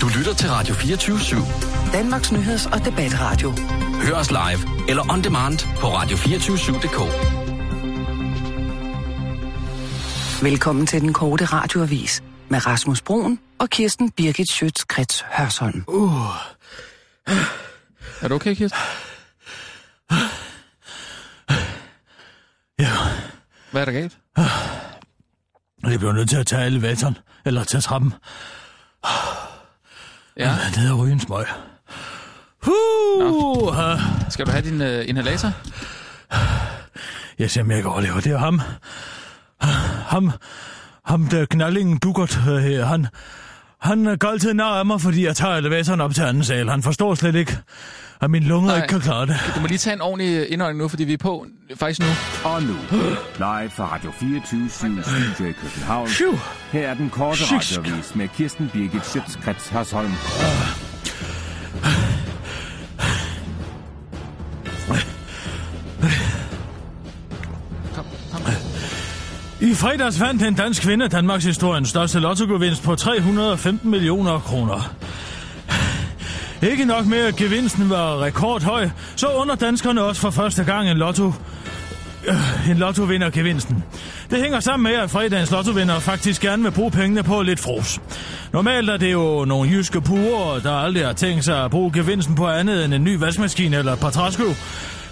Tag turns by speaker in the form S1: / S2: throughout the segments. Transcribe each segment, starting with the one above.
S1: Du lytter til Radio 24-7.
S2: Danmarks nyheds- og debatradio.
S1: Hør os live eller on demand på radio247.dk.
S2: Velkommen til den korte radioavis med Rasmus Broen og Kirsten Birgit Schøtz-Krets Hørsholm.
S3: Uh.
S4: Er du okay, Kirsten?
S3: Ja.
S4: Hvad er der galt?
S3: Jeg blev nødt til at tage elevatoren, eller tage trappen.
S4: Ja.
S3: Jeg er nede og ryge en smøg. Uh,
S4: Skal du have din uh, inhalator?
S3: Jeg ser, om jeg ikke overlever. Det er ham. Ham, ham der knallingen dukkert øh, her, han... Han gør altid nar af mig, fordi jeg tager elevatoren op til anden sal. Han forstår slet ikke, at mine lunger
S4: Nej.
S3: ikke kan klare det.
S4: Du må lige tage en ordentlig indånding nu, fordi vi er på faktisk nu.
S5: Og nu, live fra Radio 24 Studio i København.
S3: Phew.
S5: Her er den korte
S3: Shush.
S5: radiovis med Kirsten Birgit Schøtzgrads Hasholm.
S4: Kom, kom.
S3: I fredags vandt en dansk kvinde Danmarks historiens største lottogevinst på 315 millioner kroner. Ikke nok med, at gevinsten var rekordhøj, så under danskerne også for første gang en lotto øh, en lottovinder gevinsten. Det hænger sammen med, at fredagens lottovinder faktisk gerne vil bruge pengene på lidt fros. Normalt er det jo nogle jyske purer, der aldrig har tænkt sig at bruge gevinsten på andet end en ny vaskemaskine eller et par træsko.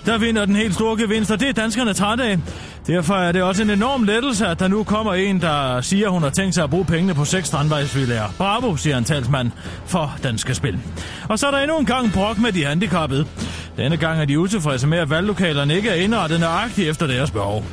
S3: Der vinder den helt store gevinst, og det er danskerne trætte af. Derfor er det også en enorm lettelse, at der nu kommer en, der siger, at hun har tænkt sig at bruge pengene på seks strandvejsvillager. Bravo, siger en talsmand for Danske Spil. Og så er der endnu en gang brok med de handicappede. Denne gang er de utilfredse med, at valglokalerne ikke er indrettet nøjagtigt efter deres behov.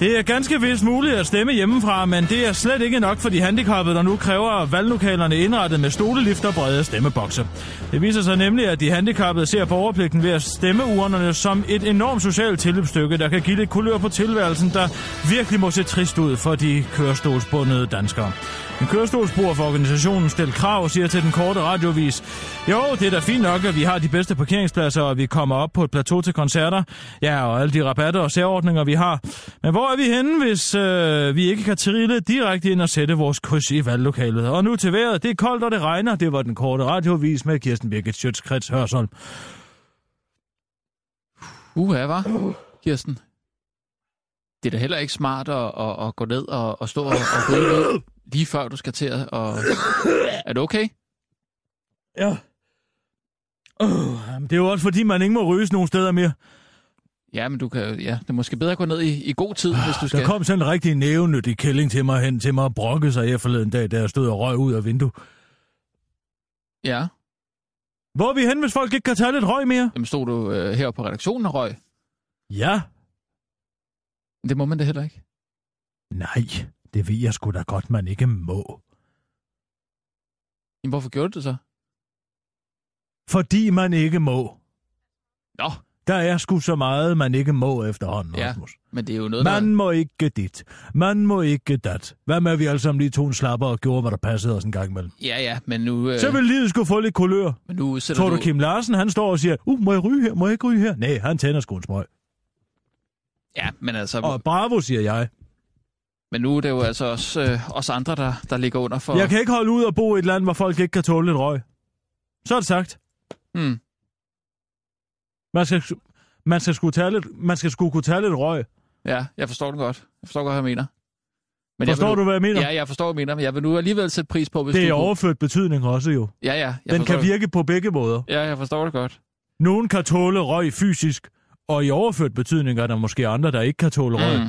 S3: Det er ganske vist muligt at stemme hjemmefra, men det er slet ikke nok for de handicappede, der nu kræver valglokalerne indrettet med stolelift og brede stemmebokse. Det viser sig nemlig, at de handicappede ser på overpligten ved at stemme urnerne som et enormt socialt tilløbsstykke, der kan give lidt kulør på tilværelsen, der virkelig må se trist ud for de kørestolsbundede danskere. En kørestolsbruger for organisationen Stel Krav siger til den korte radiovis, jo, det er da fint nok, at vi har de bedste parkeringspladser, og vi kommer op på et plateau til koncerter. Ja, og alle de rabatter og særordninger, vi har. Men hvor er vi henne, hvis øh, vi ikke kan trille direkte ind og sætte vores kryds i valglokalet? Og nu til vejret. Det er koldt, og det regner. Det var den korte radiovis med Kirsten Birgit Sjøtskrets Hørsholm.
S4: Uha, var Kirsten? Det er da heller ikke smart at, at, at gå ned og, og stå og, og rydde noget, lige før du skal til at... Og... Er du okay?
S3: Ja. Oh, det er jo også fordi, man ikke må ryges nogen steder mere.
S4: Ja, men du kan jo- ja, det er måske bedre at gå ned i, i god tid, hvis du
S3: Der
S4: skal.
S3: kom sådan en rigtig nævenyttig kælling til mig hen til mig og brokkede sig her forleden dag, da jeg stod og røg ud af vinduet.
S4: Ja,
S3: Hvor er vi henne, hvis folk ikke kan tage lidt røg mere?
S4: jamen stod du øh, heroppe på redaktionen og røg.
S3: Ja.
S4: Men Det må man da heller ikke.
S3: Nej, det ved jeg sgu da godt, man ikke må.
S4: Jamen, hvorfor gjorde du det så?
S3: Fordi man ikke må.
S4: Nå,
S3: Der er sgu så meget, man ikke må efterhånden,
S4: Ja.
S3: Rasmus.
S4: men det er jo noget, der...
S3: Man må ikke dit. Man må ikke dat. Hvad med, at vi alle sammen lige tog en slapper og gjorde, hvad der passede os en gang imellem?
S4: Ja, ja, men nu... Øh,
S3: Så vil livet skulle få lidt kulør.
S4: men nu sætter
S3: Tror du, Kim Larsen, han står og siger, uh, må jeg ryge her, må jeg ikke ryge her? Nej, han tænder sgu en smøg.
S4: Ja, men altså...
S3: Og bravo, siger jeg.
S4: Men nu er det jo altså også øh, os andre, der, der ligger under for...
S3: Jeg kan ikke holde ud og bo i et land, hvor folk ikke kan tåle lidt røg. Så er det sagt.
S4: Mm.
S3: Man skal, man skal, sgu tage lidt, man skal sgu kunne tage lidt røg.
S4: Ja, jeg forstår det godt. Jeg forstår godt, hvad jeg mener. Men
S3: Forstår
S4: jeg
S3: du,
S4: vil,
S3: hvad jeg mener?
S4: Ja, jeg forstår, hvad jeg mener, men jeg vil nu alligevel sætte pris på, hvis
S3: det er
S4: du...
S3: overført betydning også jo.
S4: Ja, ja. Jeg
S3: Den
S4: forstår,
S3: kan virke på begge måder.
S4: Ja, jeg forstår det godt.
S3: Nogen kan tåle røg fysisk, og i overført betydning er der måske andre, der ikke kan tåle røg.
S4: Mm.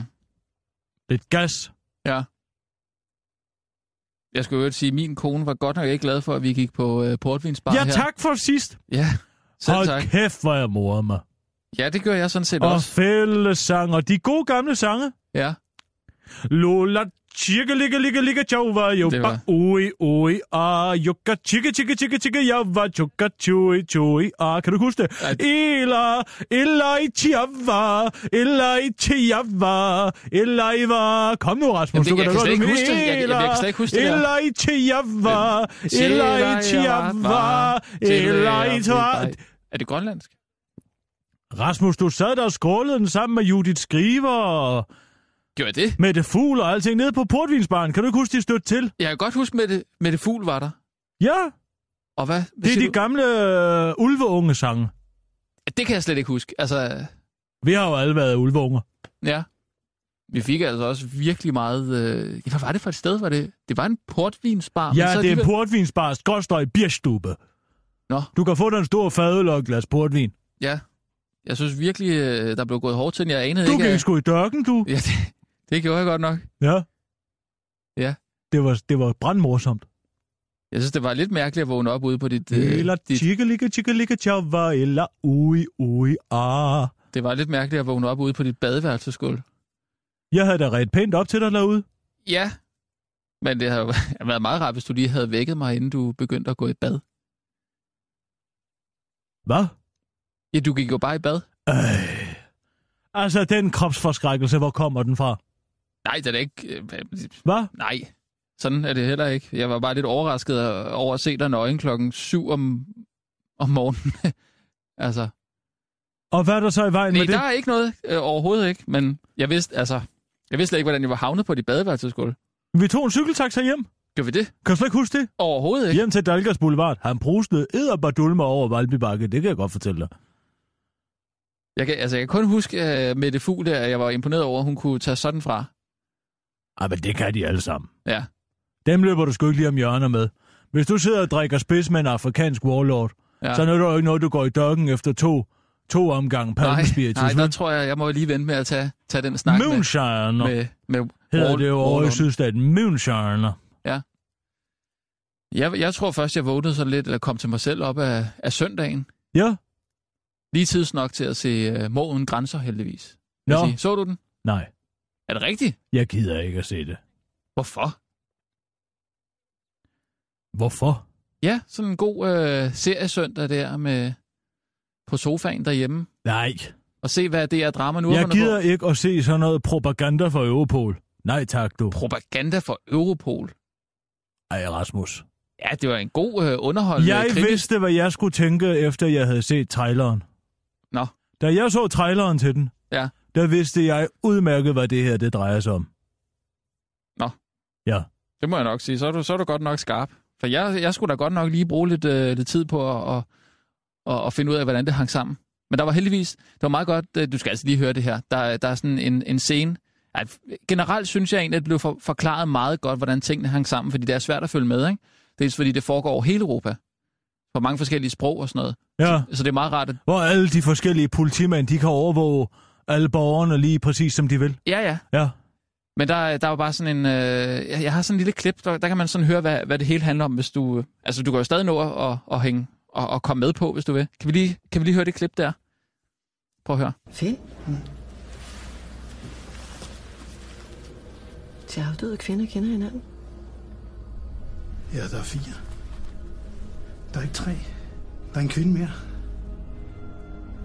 S3: Lidt gas.
S4: Ja. Jeg skulle jo sige, at min kone var godt nok ikke glad for, at vi gik på øh, portvinsbar
S3: ja,
S4: her.
S3: tak for sidst.
S4: Ja, selv
S3: Hold
S4: tak.
S3: kæft, hvor jeg morede mig.
S4: Ja, det gør jeg sådan set
S3: Og
S4: også.
S3: fællesang, og de gode gamle sange.
S4: Ja,
S3: Lola Chikke, ligge, ligge, ligge, chow, var jo
S4: Det
S3: ba,
S4: var-
S3: ui, ui, ah, jukka, chikke, chikke, chikke, chikke, jeg var chukka, chui, chui, ah, kan du huske det?
S4: Ej.
S3: Ela, ela i chiava, ela i chiava, ela i var, kom nu Rasmus,
S4: Jamen, det-
S3: du kan da
S4: jeg kan
S3: godt
S4: slet ikke
S3: huske
S4: huske det. Jeg- jeg- jeg kan slet ikke huske det der.
S3: Ela i chiava, ela i chiava, ela i chiava.
S4: Er det grønlandsk?
S3: Rasmus, du sad der og skrålede den sammen med Judith Skriver og
S4: Gjorde jeg det?
S3: Mette Fugl og alting nede på portvinsbaren. Kan du ikke huske, de stødte til?
S4: Jeg kan godt huske, Mette, Mette Fugl var der.
S3: Ja,
S4: Og hvad? hvad
S3: Det er
S4: siger
S3: de gamle øh, ulveunge-sange.
S4: Det kan jeg slet ikke huske. Altså,
S3: Vi har jo alle været ulveunger.
S4: ja. Vi fik altså også virkelig meget... Øh... ja, Hvad var det for et sted? Var det, det var en portvinsbar.
S3: Ja,
S4: Ah, men så
S3: det er
S4: alligevel-
S3: en portvinsbar, Skorstøj Bierstube.
S4: Nå.
S3: Du kan få dig en stor fadøl og et glas portvin.
S4: Ja. Jeg synes virkelig, øh, der blev gået hårdt til, den. jeg anede
S3: Du
S4: ikke...
S3: gik
S4: at-
S3: sgu i dørken, du.
S4: Ja, det, det gjorde jeg godt nok.
S3: Ja.
S4: Ja.
S3: Det var, det var brandmorsomt.
S4: Jeg synes, det var lidt mærkeligt at vågne op ude på dit... øh,
S3: Eller
S4: dit
S3: tjikkelika, tjikkelika, tjava, eller ui, ui, ah.
S4: det var lidt mærkeligt at vågne op ude på dit badeværelsesgulv.
S3: Jeg havde da ret pænt op til dig derude.
S4: Ja. Men det havde jo været meget rart, hvis du lige havde vækket mig, inden du begyndte at gå i bad.
S3: Hvad?
S4: Ja, du gik jo bare i bad.
S3: Øh. Altså, den kropsforskrækkelse, hvor kommer den fra?
S4: Nej, det er da ikke... øh, hvad-
S3: Hvad?
S4: Nej, sådan er det heller ikke. Jeg var bare lidt overrasket over at se dig nøgen klokken 7 om, om morgenen. altså,
S3: Og hvad er der så i vejen
S4: nej,
S3: med det?
S4: der er ikke noget øh, overhovedet ikke, men jeg vidste, altså, jeg vidste slet ikke, hvordan jeg var havnet på de badeværelsesgulv.
S3: Vi tog en cykeltaxa hjem.
S4: Gør vi det?
S3: Kan du slet ikke huske det?
S4: Overhovedet ikke.
S3: Hjem til Dalgas Boulevard. Han brustede edderbadulmer over Valbybakke. Det kan jeg godt fortælle dig.
S4: Jeg kan, altså, jeg kan kun huske uh, Mette Fugl der, at jeg var imponeret over, at hun kunne tage sådan fra.
S3: Ej, Ah, men det kan de alle sammen.
S4: Ja.
S3: Dem løber du sgu ikke lige om hjørner med. Hvis du sidder og drikker spids med en afrikansk warlord,
S4: ja.
S3: ja. så nytter det jo ikke noget, du går i dørken efter to, to omgange
S4: nej,
S3: palmespiritus.
S4: nej, der tror jeg, jeg må lige vente med at tage, tage den snak med,
S3: Moonshiner med,
S4: med, med
S3: hedder det jo over i
S4: Warlorden.
S3: sydstaten. Moonshiner.
S4: Jeg, jeg tror først, jeg vågnede sådan lidt, eller kom til mig selv op af, af søndagen.
S3: Ja,
S4: Lige tids nok til at se uh, Mor uden grænser, heldigvis. vil jeg
S3: nå,
S4: sige. Så du den?
S3: nej.
S4: Er det rigtigt?
S3: Jeg gider ikke at se det.
S4: Hvorfor?
S3: Hvorfor?
S4: Ja, sådan en god uh, seriesøndag der med på sofaen derhjemme.
S3: Nej.
S4: Og se, hvad det er drama nu.
S3: Jeg gider ikke at se sådan noget propaganda for Europol. Nej tak, du.
S4: Propaganda for Europol.
S3: Ej, Rasmus.
S4: Ja, det var en god øh, underholdende
S3: Jeg
S4: krimi.
S3: vidste, hvad jeg skulle tænke, efter jeg havde set traileren.
S4: Nå.
S3: Da jeg så traileren til den,
S4: Ja.
S3: der vidste jeg udmærket, hvad det her det drejer sig om.
S4: Det må jeg nok sige. Så er du, så er du godt nok skarp. For jeg, jeg skulle da godt nok lige bruge lidt, øh, lidt tid på at, at, at, at finde ud af, hvordan det hang sammen. Men der var heldigvis, det var meget godt, øh, du skal altså lige høre det her, der, er- der er sådan en, en scene. At generelt synes jeg egentlig, at det blev for, forklaret meget godt, hvordan tingene hang sammen, fordi det er svært at følge med. Ikke? Dels fordi det foregår over hele Europa, på mange forskellige sprog og sådan noget.
S3: Ja,
S4: Så det er meget rart, at
S3: hvor alle de forskellige politimænd, de kan overvåge alle borgerne lige præcis, som de vil.
S4: ja, ja,
S3: Ja,
S4: Men der, der var bare sådan en... Øh, jeg, jeg har sådan en lille klip, der, der kan man sådan høre, hvad, hvad det hele handler om, hvis du... Øh, altså, du kan jo stadig nå at, at, at hænge og, og komme med på, hvis du vil. Kan vi, lige, kan vi lige høre det klip der? Prøv at høre.
S6: Find den. Til afdøde kvinder kender hinanden.
S7: Ja, der er fire. Der er ikke tre. Der er en kvinde mere.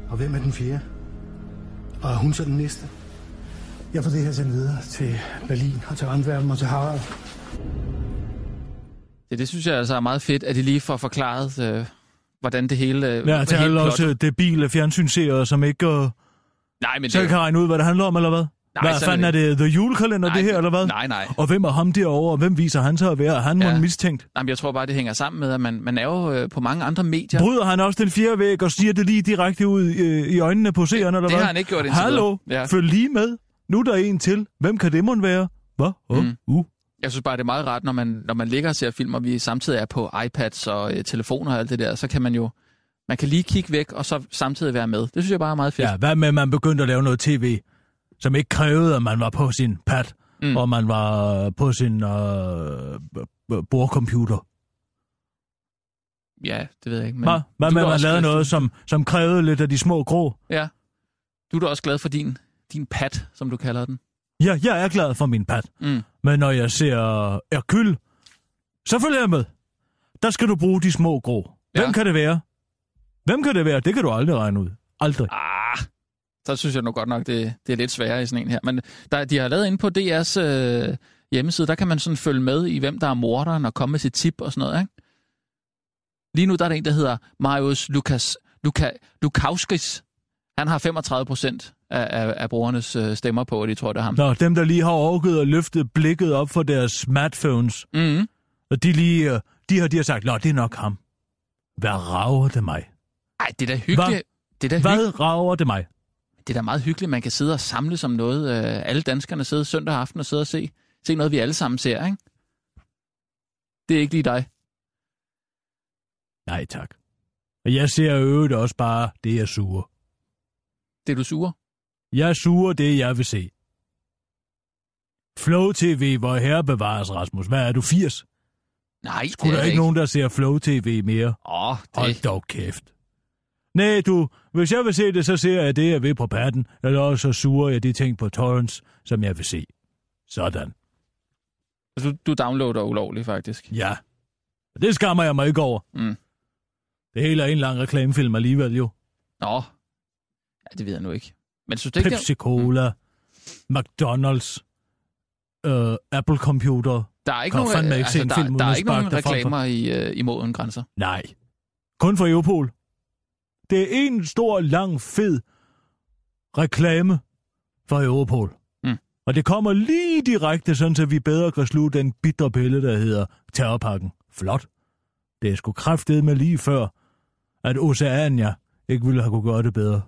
S7: Og hvem er den fjerde? Og er hun så den næste? Jeg får det her sendt videre til Berlin og til Antwerpen og til Harald.
S4: Det, det synes jeg altså er meget fedt, at de lige får forklaret, øh, hvordan det hele... Øh,
S3: ja
S4: hvad
S3: til
S4: hele
S3: alle
S4: plottet-
S3: også debile fjernsynsseere, som ikke uh,
S4: Nej, men det,
S3: selv kan regne ud, hvad det handler om, eller hvad?
S4: Nej,
S3: hvad
S4: sådan
S3: fanden
S4: er
S3: er det? The julekalender,
S4: nej,
S3: det her, eller hvad?
S4: Nej, nej.
S3: Og hvem er ham derovre, og hvem viser han sig at være? Er han
S4: Ja.
S3: ja. mistænkt?
S4: nej men jeg tror bare, det hænger sammen med, at man, man er jo øh, på mange andre medier.
S3: Bryder han også den fjerde væg og siger det lige direkte ud øh, i øjnene på seeren, eller
S4: det
S3: hvad?
S4: har han ikke gjort indtil
S3: Hallo,
S4: videre. Ja.
S3: følg lige med. Nu er der en til. Hvem kan det måtte være? Hvad? Oh,
S4: Mm.
S3: mm. uh.
S4: Jeg synes bare, det er meget rart, når man, når man ligger og ser film, og vi samtidig er på iPads og øh, telefoner og alt det der, så kan man jo man kan lige kigge væk, og så samtidig være med. Det synes jeg bare er meget fedt.
S3: Ja, hvad med, at man begyndte at lave noget tv, som ikke krævede, at man var på sin pad,
S4: Mm.
S3: mm. og man var på sin øh, b- b- bordcomputer.
S4: Ja, det ved jeg ikke. Men
S3: Hvad hvad
S4: du
S3: med,
S4: er da
S3: at man
S4: også
S3: lavede
S4: glad
S3: noget, som, som krævede lidt af de små grå?
S4: For, ja. Du er da også glad for din, din pat, som du kalder den.
S3: Ja, jeg er glad for min pad.
S4: Mm.
S3: Men når jeg ser Erkyl, så følger jeg med. Der skal du bruge de små grå.
S4: Ja.
S3: Hvem kan det være? Hvem kan det være? Det kan du aldrig regne ud. Aldrig.
S4: Ah, så synes jeg nu godt nok, det, det er lidt sværere i sådan en her. Men der, de har lavet inde på DR's øh, hjemmeside, der kan man sådan følge med i, hvem der er morderen, og komme med sit tip og sådan noget, ikke? Lige nu der er der en, der hedder Marius Lukas, Luka, Lukauskis. Han har 35 procent af, af, af brugernes øh, stemmer på, og de tror, det er ham.
S3: Nå, dem der lige har overgivet og løftet blikket op for deres smartphones,
S4: Mm-hmm.
S3: og de lige, øh, de har, de har sagt, nå, det er nok ham. Hvad rager det mig?
S4: Ej, det er da hyggeligt. Det er da, hyggeligt.
S3: Hvad rager det mig?
S4: det er da meget hyggeligt, man kan sidde og samle som noget. Øh, alle danskerne sidder søndag aften og sidder og se. Se noget, vi alle sammen ser, ikke? Det er ikke lige dig.
S3: Nej, tak. Og jeg ser i øvrigt også bare det, jeg suger.
S4: Det er du sure.
S3: Jeg suger det, jeg vil se. Flow TV, hvor herre bevares, Rasmus. Hvad er du, 80?
S4: Nej,
S3: Skulle
S4: det
S3: der
S4: er
S3: ikke,
S4: ikke.
S3: nogen, der ser Flow TV mere?
S4: Åh, oh, det...
S3: Hold dog kæft. Nej, du. Hvis jeg vil se det, så ser jeg det, jeg vil på patten. Eller også så suger jeg de ting på torrents, som jeg vil se. Sådan.
S4: Du, Altså, du downloader ulovligt, faktisk.
S3: Ja. Og Det skammer jeg mig ikke over.
S4: Mm.
S3: Det hele er en lang reklamefilm alligevel, jo.
S4: Nå. Ja, det ved jeg nu ikke. Men synes du ikke,
S3: Pepsi
S4: der,
S3: Cola,
S4: Mm.
S3: McDonald's, øh, Apple Computer.
S4: der er ikke
S3: Kom
S4: nogen, altså,
S3: fandme ikke se en film
S4: der,
S3: uden
S4: der er
S3: at
S4: ikke nogen
S3: sparke dig frem for-
S4: reklamer i, øh, i mod uden grænser.
S3: Nej. Kun for Europol. Det er en stor, lang, fed reklame for Europol.
S4: Mm.
S3: Og det kommer lige direkte, sådan så vi bedre kan sluge den bitre pille, der hedder terrorpakken. Flot. Det er sgu kraftet med lige før, at Oceania ikke ville have kunne gøre det bedre.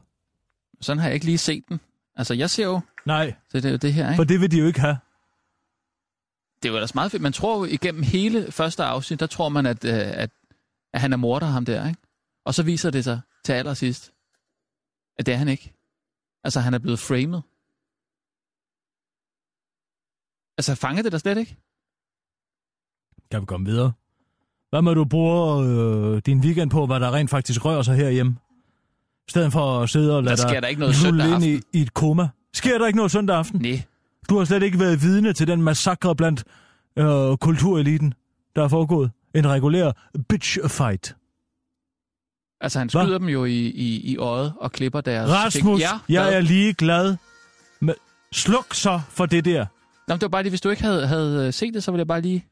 S4: Sådan har jeg ikke lige set den. Altså, jeg ser jo,
S3: Nej,
S4: så det er jo det her,
S3: for
S4: ikke?
S3: det vil de jo ikke have.
S4: Det er jo ellers meget fedt. Man tror jo igennem hele første afsnit, der tror man, at, øh, at, at han er morder ham der, ikke? Og så viser det sig til allersidst, at det er han ikke. Altså, han er blevet framed. Altså, fanger det der slet ikke?
S3: Kan vi komme videre? Hvad må du bruge øh, din weekend på, hvad der rent faktisk rører sig herhjemme? I stedet for at sidde og lade
S4: sker
S3: dig
S4: der ikke noget
S3: lulle
S4: søndag
S3: ind i,
S4: aften.
S3: i et koma. Sker der ikke noget søndag aften?
S4: Nej.
S3: Du har slet ikke været vidne til den massakre blandt øh, kultureliten, der er foregået. En regulær bitch-fight.
S4: Altså, han
S3: Hvad?
S4: skyder dem jo i, i, i øjet og klipper deres...
S3: Rasmus,
S4: Ja,
S3: jeg
S4: hvad?
S3: er lige glad. Med... Sluk så for det der.
S4: Nå, men det var bare lige, hvis du ikke havde, havde øh, set det, så ville jeg bare lige...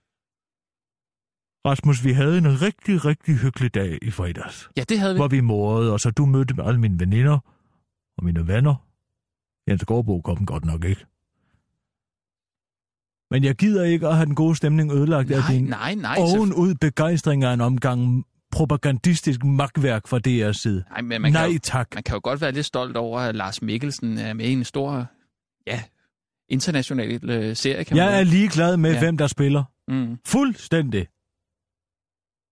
S3: Rasmus, vi havde en rigtig, rigtig hyggelig dag i fredags.
S4: Ja, det havde vi.
S3: hvor vi morede, og så du mødte med alle mine veninder og mine venner. Jens Gårdbo kom den godt nok ikke. Men jeg gider ikke at have den gode stemning ødelagt af
S4: nej,
S3: din
S4: nej, nej. så-
S3: ovenud begejstring af en omgang propagandistisk magtværk fra DR's side.
S4: nej, men man,
S3: Nej
S4: Kan jo,
S3: tak.
S4: man kan jo godt være lidt stolt over, at Lars Mikkelsen er med i en stor, ja, international øh, serie, kan man
S3: Jeg er
S4: sige.
S3: ligeglad med,
S4: Ja.
S3: hvem der spiller.
S4: mm.
S3: Fuldstændig.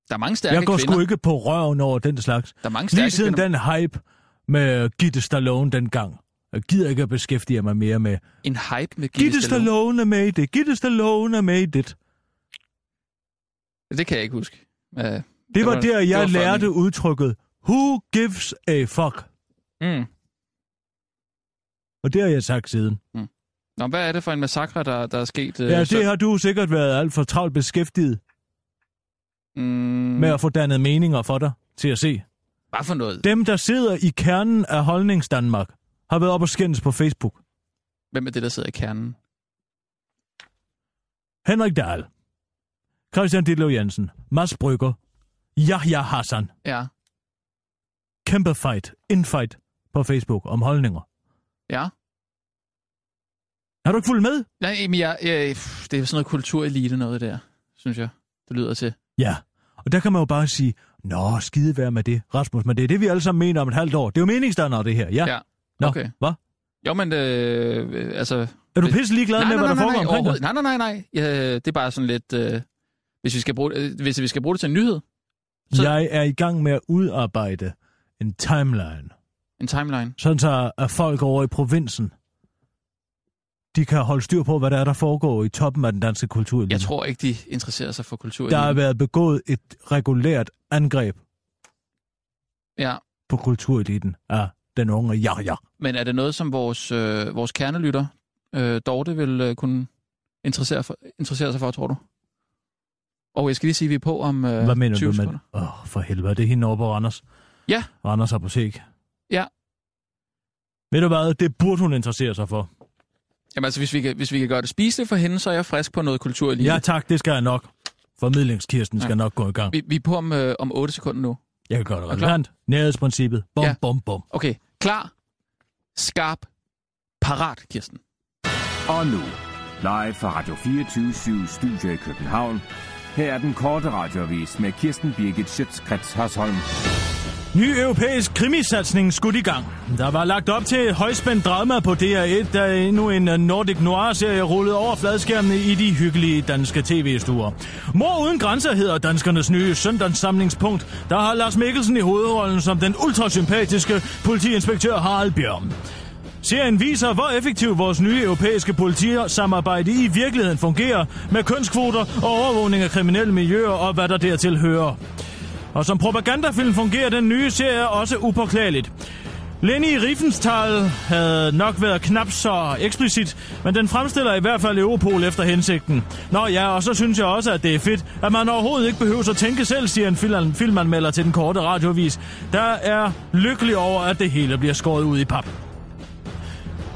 S4: Der er mange stærke
S3: Jeg går
S4: kvinder.
S3: sgu ikke på røven over den slags.
S4: Der er mange stærke
S3: Lige siden
S4: kvinder.
S3: den hype med Gitte Stallone dengang. Jeg gider ikke at beskæftige mig mere med
S4: En hype med Gitte
S3: Gitte
S4: Stallone.
S3: Stallone er med i det. Gitte Stallone er med i det.
S4: Det kan jeg ikke huske. Uh,
S3: Det var
S4: var-
S3: der,
S4: det
S3: jeg
S4: var før
S3: lærte
S4: min-
S3: udtrykket, who gives a fuck?
S4: mm.
S3: Og det har jeg sagt siden.
S4: Nå, hvad er det for en massakre, der, der er sket? øh,
S3: Ja,
S4: sø-
S3: det har du sikkert været alt for travlt beskæftiget
S4: mm,
S3: med at få dannet meninger for dig til at se.
S4: Hvad for noget?
S3: Dem, der sidder i kernen af Holdnings Danmark, har været op og skændes på Facebook.
S4: Hvem er det, der sidder i kernen?
S3: Henrik Dahl, Christian Ditlev Jensen, Mads Brygger, Yahya Hassan.
S4: Ja,
S3: Kæmpe fight, infight på Facebook om holdninger.
S4: ja.
S3: Har du ikke fulgt med?
S4: Nej, men jeg, jeg, pff, det er sådan noget kulturelite noget der, synes jeg, det lyder til.
S3: Ja, og der kan man jo bare sige, Nå, skide være med det, Rasmus, men det er det, vi alle sammen mener om et halvt år. Det er jo meningsdannere, det her, ja.
S4: Ja,
S3: Nå,
S4: okay.
S3: hvad?
S4: Jo, men øh, øh, altså...
S3: Er du pisse ligeglad med, hvad der
S4: nej,
S3: foregår
S4: nej,
S3: omkring
S4: overhovedet-
S3: dig?
S4: nej, nej, nej, nej. Ja, det er bare sådan lidt... Øh, hvis, vi skal bruge, øh, hvis vi skal bruge det til en nyhed, Så-
S3: Jeg er i gang med at udarbejde en timeline,
S4: en timeline.
S3: sådan så at folk over i provinsen, de kan holde styr på, hvad der er, der foregår i toppen af den danske kultur.
S4: Jeg tror ikke, de interesserer sig for kultur.
S3: der har været begået et regulært angreb
S4: Ja,
S3: på kultureliten af den unge ja, ja.
S4: men er det noget, som vores, øh, vores kernelytter, øh, Dorte, vil øh, kunne interessere, for, interessere sig for, tror du? Og jeg skal lige sige, at vi er på om øh,
S3: Hvad mener
S4: 20
S3: du med?
S4: sekunder.
S3: Åh, oh, for helvede, er det er hende over på Randers.
S4: Ja.
S3: Randers Apotek.
S4: Ja.
S3: Ved du hvad, det burde hun interessere sig for.
S4: Jamen altså, hvis vi, kan, hvis vi kan gøre det spiseligt for hende, så er jeg frisk på noget kulturelite.
S3: Ja tak, det skal jeg nok. Formidlingskirsten skal
S4: Ja.
S3: nok gå i gang.
S4: Vi, vi er på om, øh, om 8 sekunder nu.
S3: Jeg kan gøre det
S4: Er du
S3: relevant. Nærhedsprincippet. Bum,
S4: Ja.
S3: ja. bum, bum.
S4: Okay, klar, skarp, parat, Kirsten.
S5: Og nu, live fra Radio 24 Studio i København. Her er den korte radiovis med Kirsten Birgit Schøtzgrads Hasholm.
S3: Ny europæisk krimisatsning skudt i gang. Der var lagt op til et højspændt drama på DR1, da endnu en Nordic Noir-serie rullede over fladskærmene i de hyggelige danske tv-stuer. Mor uden grænser hedder danskernes nye søndagssamlingspunkt. Der har Lars Mikkelsen i hovedrollen som den ultrasympatiske politiinspektør Harald Bjørn. Serien viser, hvor effektivt vores nye europæiske politisamarbejde i virkeligheden fungerer med kønskvoter og overvågning af kriminelle miljøer og hvad der dertil hører. Og som propagandafilm fungerer den nye serie også upåklageligt. Lenny Riefenstahl havde nok været knap så eksplicit, men den fremstiller i hvert fald Europol efter hensigten. Nå ja, og så synes jeg også, at det er fedt, at man overhovedet ikke behøver at tænke selv, siger en film- filmanmelder til den korte radiovis, der er lykkelig over, at det hele bliver skåret ud i pap.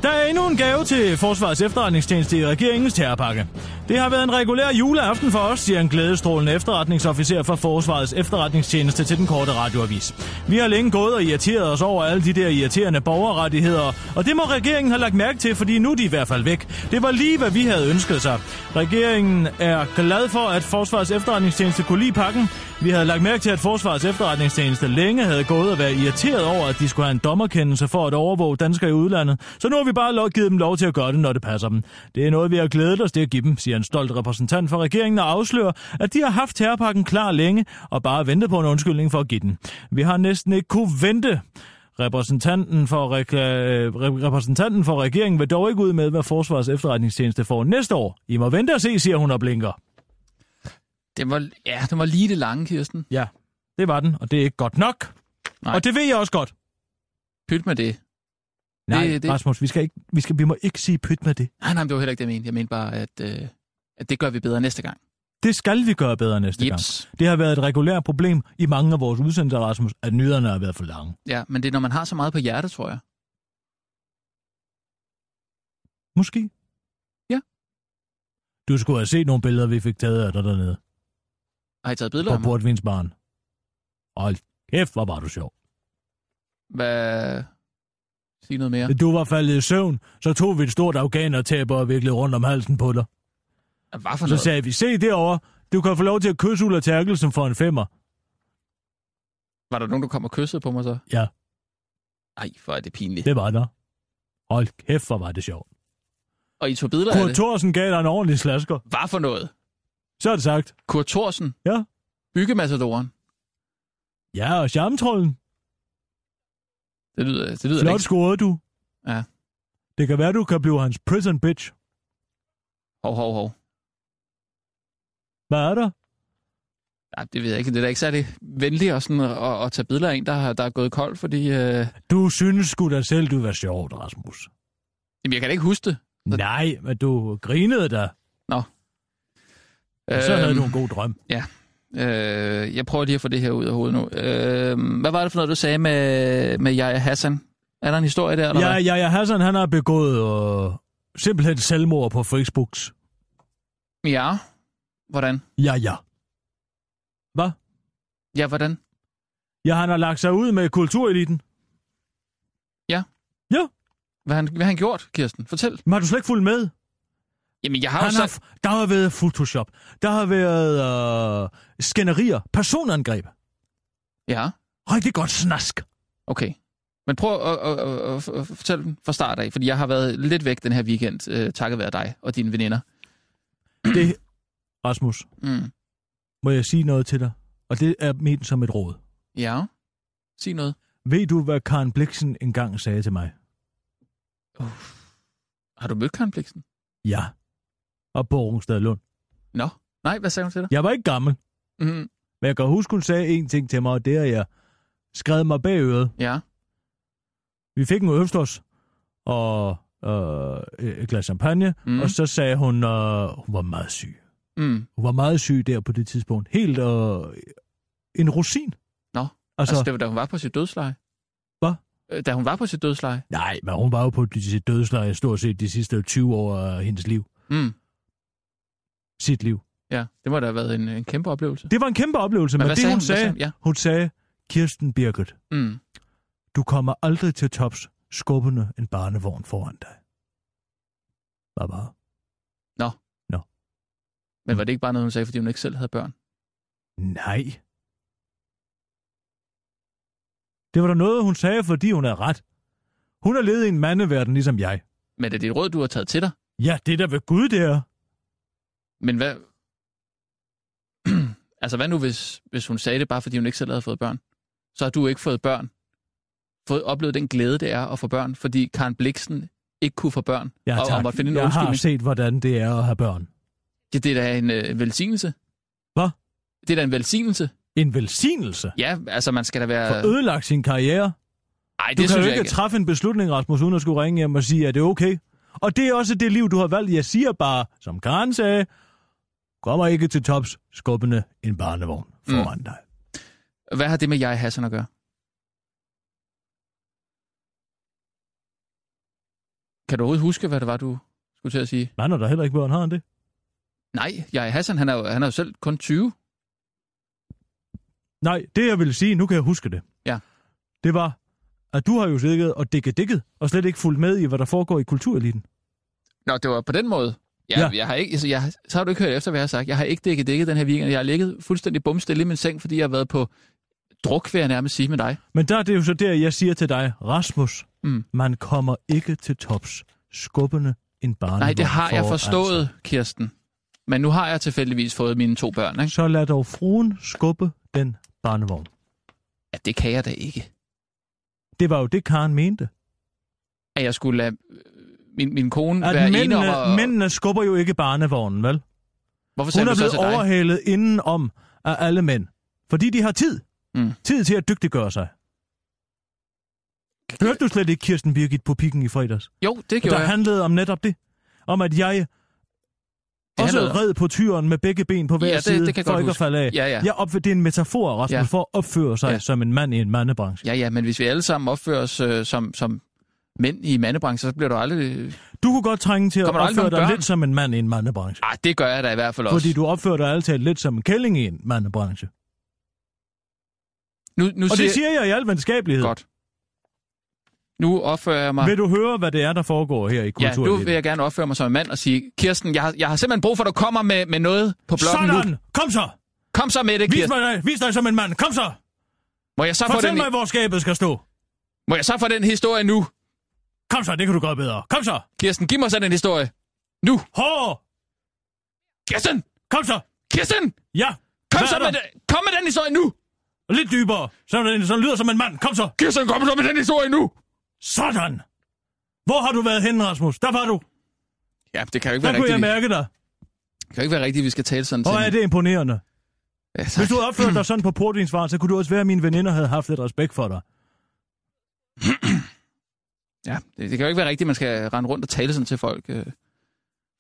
S3: Der er endnu en gave til Forsvarets efterretningstjeneste i regeringens terrorpakke. Det har været en regulær juleaften for os, siger en glædestrålende efterretningsofficer fra Forsvarets efterretningstjeneste til den korte radioavis. Vi har længe gået og irriteret os over alle de der irriterende borgerrettigheder, og det må regeringen have lagt mærke til, fordi nu er de i hvert fald væk. Det var lige, hvad vi havde ønsket sig. Regeringen er glad for, at Forsvarets efterretningstjeneste kunne lide pakken. Vi havde lagt mærke til, at Forsvarets efterretningstjeneste længe havde gået og været irriteret over, at de skulle have en dommerkendelse for at overvåge danskere i udlandet. Så nu har vi bare lov, givet dem lov til at gøre det, når det passer dem. Det er noget, vi har glædet os til at give dem, siger en stolt repræsentant for regeringen og afslører, at de har haft terrorpakken klar længe og bare ventet på en undskyldning for at give den. Vi har næsten ikke kunne vente. Repræsentanten for, reg- øh, rep- repræsentanten for regeringen vil dog ikke ud med, hvad Forsvarets efterretningstjeneste får næste år. I må vente og se, siger hun og blinker.
S4: Det var, ja, det var lige det lange, Kirsten.
S3: Ja, det var den, og det er ikke godt nok.
S4: Nej.
S3: Nej. Og det ved jeg også godt.
S4: Pyt med det.
S3: Nej,
S4: Det-
S3: det,
S4: det-
S3: det... Rasmus, vi, skal ikke, vi, skal, vi må ikke sige pyt med det.
S4: Ah, Nej, nej, men det var heller ikke det, jeg mente. Jeg mente bare, at, øh, at det gør vi bedre næste gang.
S3: Det skal vi gøre bedre næste gang.
S4: Jeps.
S3: Det har været et regulært problem i mange af vores udsendelser, Rasmus, at nyhederne har været for lange.
S4: Ja, men det er, når man har så meget på hjertet, tror jeg.
S3: Måske.
S4: Ja.
S3: Du skulle have set nogle billeder, vi fik taget af dig dernede.
S4: Har I taget billeder af
S3: På
S4: mig?
S3: portvinsbaren. Hold kæft, hvor var du sjov.
S4: Hvad... Sig noget mere.
S3: Da Du var faldet i søvn, så tog vi et stort afghanertæppe og viklede rundt om halsen på dig.
S4: Hvad for
S3: Så
S4: noget?
S3: sagde vi, se derovre, du kan få lov til at kysse Ulla Terkelsen for en femmer.
S4: Var der nogen, der kom og kyssede på mig så?
S3: Ja.
S4: Ej, hvor er det pinligt.
S3: Det var der. Hold kæft, hvor var det sjovt.
S4: Og I tog billeder af
S3: Kurt
S4: det?
S3: Thorsen gav dig en ordentlig slasker.
S4: Hvad for noget?
S3: Så er det sagt.
S4: Kurt Thorsen?
S3: Ja.
S4: Byggemassadoren?
S3: Ja, og charmetrollen.
S4: Det lyder, det lyder da
S3: Flot
S4: ikke...
S3: scorede du.
S4: Ja.
S3: Det kan være, du kan blive hans prison bitch.
S4: Hov, hov, hov.
S3: Hvad er der?
S4: Ja, det ved jeg ikke. Det er da ikke særlig venligt at, sådan, at, at tage billeder af en, der, har- der er gået kold, fordi... Øh...
S3: Du synes sgu da selv, du var sjovt, Rasmus.
S4: Jamen, jeg kan da ikke huske det. Så-
S3: Nej, men du grinede da. Og så havde
S4: Øhm,
S3: du en god drøm.
S4: Øh, jeg prøver lige at få det her ud af hovedet nu. Øh, hvad var det for noget, du sagde med, med Yahya Hassan? Er der en historie der, eller
S3: Ja,
S4: hvad?
S3: ja, ja, Hassan, han har begået øh, simpelthen selvmord på Facebook.
S4: Ja. Hvordan?
S3: Ja, ja. Hvad?
S4: Ja, hvordan?
S3: Ja, han har lagt sig ud med kultureliten.
S4: Hvad har han, hvad har han gjort, Kirsten? Fortæl.
S3: Men har du slet ikke fulgt med?
S4: Jamen, jeg har jo
S3: Han har,
S4: sagt...
S3: f- der har været Photoshop. Der har været øh, skænderier. Personangreb.
S4: Ja,
S3: Rigtig godt snask.
S4: okay. Men prøv at, at, at, at, at fortælle den fra start af, fordi jeg har været lidt væk den her weekend, øh, takket være dig og dine veninder.
S3: Det, Rasmus,
S4: Mm.
S3: må jeg sige noget til dig? Og det er ment som et råd.
S4: Ja. Sig noget.
S3: Ved du, hvad Karen Bliksen engang sagde til mig?
S4: Har du mødt Karen Bliksen?
S3: Ja. Og på Rungsted Lund.
S4: Nå. Nej, hvad sagde hun til dig?
S3: Jeg var ikke gammel,
S4: Mm.
S3: men jeg kan huske, hun sagde en ting til mig, og det er, at jeg skred mig bag øret.
S4: Ja.
S3: Vi fik en øfslås og øh, et glas champagne,
S4: Mm.
S3: mm. og så sagde hun, øh, hun var meget syg.
S4: Mm.
S3: Hun var meget syg der på det tidspunkt. Helt øh, en rosin.
S4: Nå,
S3: Altså,
S4: Altså, altså det var, da hun var på sit dødsleje.
S3: Hvad?
S4: Øh, Da hun var på sit dødsleje.
S3: Nej, men hun var jo på sit dødsleje stort set de sidste 20 år af hendes liv.
S4: Mm.
S3: Sit liv.
S4: Ja, det må da have været en, en kæmpe oplevelse.
S3: Det var en kæmpe oplevelse, men,
S4: hvad
S3: men det
S4: sagde
S3: hun
S4: hun? Hvad
S3: sagde,
S4: sagde hun? Ja.
S3: hun sagde, Kirsten Birgit,
S4: Mm.
S3: du kommer aldrig til tops skubbende en barnevogn foran dig. Hvad var?
S4: Men var det ikke bare noget, hun sagde, fordi hun ikke selv havde børn?
S3: Nej. Det var da noget, hun sagde, fordi hun havde ret. Hun har levet i en mandeverden, ligesom jeg.
S4: Men er det dit råd, du har taget til dig?
S3: Ja, det er da ved Gud, det er.
S4: Men hvad... altså, hvad nu, hvis, hvis hun sagde det bare, fordi hun ikke selv havde fået børn? Så har du ikke fået børn. Fået oplevet den glæde, det er at få børn, fordi Karen Bliksen ikke kunne få børn.
S3: Ja,
S4: og, og måtte finde en
S3: jeg har
S4: undskyldning.
S3: set, hvordan det er at have børn.
S4: Ja, det er da en øh, velsignelse.
S3: Hvad?
S4: Det er da en velsignelse.
S3: En velsignelse.
S4: Ja, altså, man skal da være...
S3: For ødelagt sin karriere.
S4: Nej,
S3: Du
S4: det
S3: kan
S4: synes
S3: jo
S4: jeg
S3: ikke
S4: ikke.
S3: træffe en beslutning, Rasmus, uden at skulle ringe hjem og sige, at det er okay. Og det er også det liv, du har valgt. Jeg siger bare, som Karen sagde, kommer ikke til tops skubbende en barnevogn foran mm. dig.
S4: Hvad har det med jeg Hassan at gøre? Kan du overhovedet huske, hvad det var, du skulle til at sige?
S3: Nej, når der heller ikke børn, har han det?
S4: Nej, jeg Hassan, han er, jo, han er jo selv kun 20.
S3: Nej, det jeg ville sige, nu kan jeg huske det.
S4: Ja.
S3: Det var, at du har jo siddet og dækket dækket, og slet ikke fulgt med i, hvad der foregår i kultureliten.
S4: Nå, det var på den måde. Jeg,
S3: Ja.
S4: ja. jeg har ikke, altså, jeg, så har du ikke hørt efter, hvad jeg har sagt. Jeg har ikke dækket dækket den her weekend. Jeg har ligget fuldstændig bumstille i min seng, fordi jeg har været på druk, vil jeg nærmest sige med dig.
S3: Men der er det jo så der, jeg siger til dig, Rasmus,
S4: Mm.
S3: man kommer ikke til tops skubbende en barnevogn
S4: Nej, det har jeg
S3: foran
S4: forstået, Kirsten. Men nu har jeg tilfældigvis fået mine to børn,
S3: sig.
S4: ikke?
S3: Så lad dog fruen skubbe den barnevogn.
S4: Ja, det kan jeg da ikke.
S3: Det var jo det, Karen mente.
S4: At jeg skulle lade øh, min, min kone
S3: At
S4: være ene om
S3: mændene,
S4: at...
S3: mændene skubber jo ikke barnevognen, vel?
S4: Hvorfor sagde
S3: Hun er
S4: du så
S3: blevet
S4: til dig?
S3: overhalet indenom af alle mænd. Fordi de har tid.
S4: Mm.
S3: Tid til at dygtiggøre sig. Hørte du slet ikke Kirsten Birgit på pikken i fredags?
S4: Jo, det
S3: der
S4: gjorde jeg.
S3: handlede om netop det. Om at jeg
S4: Det
S3: også
S4: handlede om-
S3: red på tyren med begge ben på hver
S4: Ja, det-
S3: side,
S4: det kan jeg
S3: for
S4: godt
S3: ikke at
S4: huske.
S3: falde af.
S4: Ja, ja.
S3: Jeg opfører, det er en metafor, Rasmus,
S4: Ja.
S3: for at opføre sig
S4: Ja.
S3: som en mand i en mandebranche.
S4: Ja, ja, men hvis vi alle sammen opfører os øh, som, som mænd i mandebranchen, så bliver du aldrig...
S3: Du kunne godt trænge til at
S4: Kommer der aldrig
S3: opføre dig
S4: nogen børn?
S3: lidt som en mand i en mandebranche.
S4: Ah, det gør jeg da i hvert fald også.
S3: Fordi du opfører dig altid lidt som en kælling i en mandebranche.
S4: Nu, nu
S3: Og det siger jeg i al venskabelighed.
S4: Godt. Nu opfører jeg mig...
S3: Vil du høre, hvad det er, der foregår her i
S4: ja, nu
S3: kulturen?
S4: vil jeg gerne opføre mig som en mand og sige, Kirsten, jeg har, jeg har simpelthen brug for, at du kommer med, med noget på bloggen nu.
S3: Sådan! Kom så!
S4: Kom så med det,
S3: Vis,
S4: Kirsten.
S3: mig dig. Vis dig som en mand! Kom så!
S4: Må jeg så, få
S3: Fortæl
S4: den,
S3: mig, hvor skabet skal stå!
S4: må jeg så få den historie nu?
S3: Kom så, det kan du gøre bedre. Kom så!
S4: Kirsten, giv mig så den historie. Nu.
S3: Hår!
S4: Kirsten!
S3: Kom så!
S4: Kirsten!
S3: Ja!
S4: Kom
S3: Hvad
S4: så
S3: er
S4: med,
S3: der?
S4: den- kom med den historie nu!
S3: Lidt dybere, så den så den lyder som en mand. Kom så!
S4: Kirsten, kom så med den historie nu!
S3: Sådan! Hvor har du været henne, Rasmus? Der var du.
S4: Ja, det kan jo ikke
S3: Der
S4: være
S3: kunne jeg
S4: rigtigt.
S3: mærke dig.
S4: Det kan jo ikke være rigtigt, vi skal tale sådan
S3: Og
S4: til.
S3: er det imponerende.
S4: Ja, tak.
S3: Hvis du opførte dig sådan på portvinsvaren, så kunne du også være, at mine veninder havde haft lidt respekt for dig.
S4: ja, det, det kan jo ikke være rigtigt, man skal rende rundt og tale sådan til folk, øh,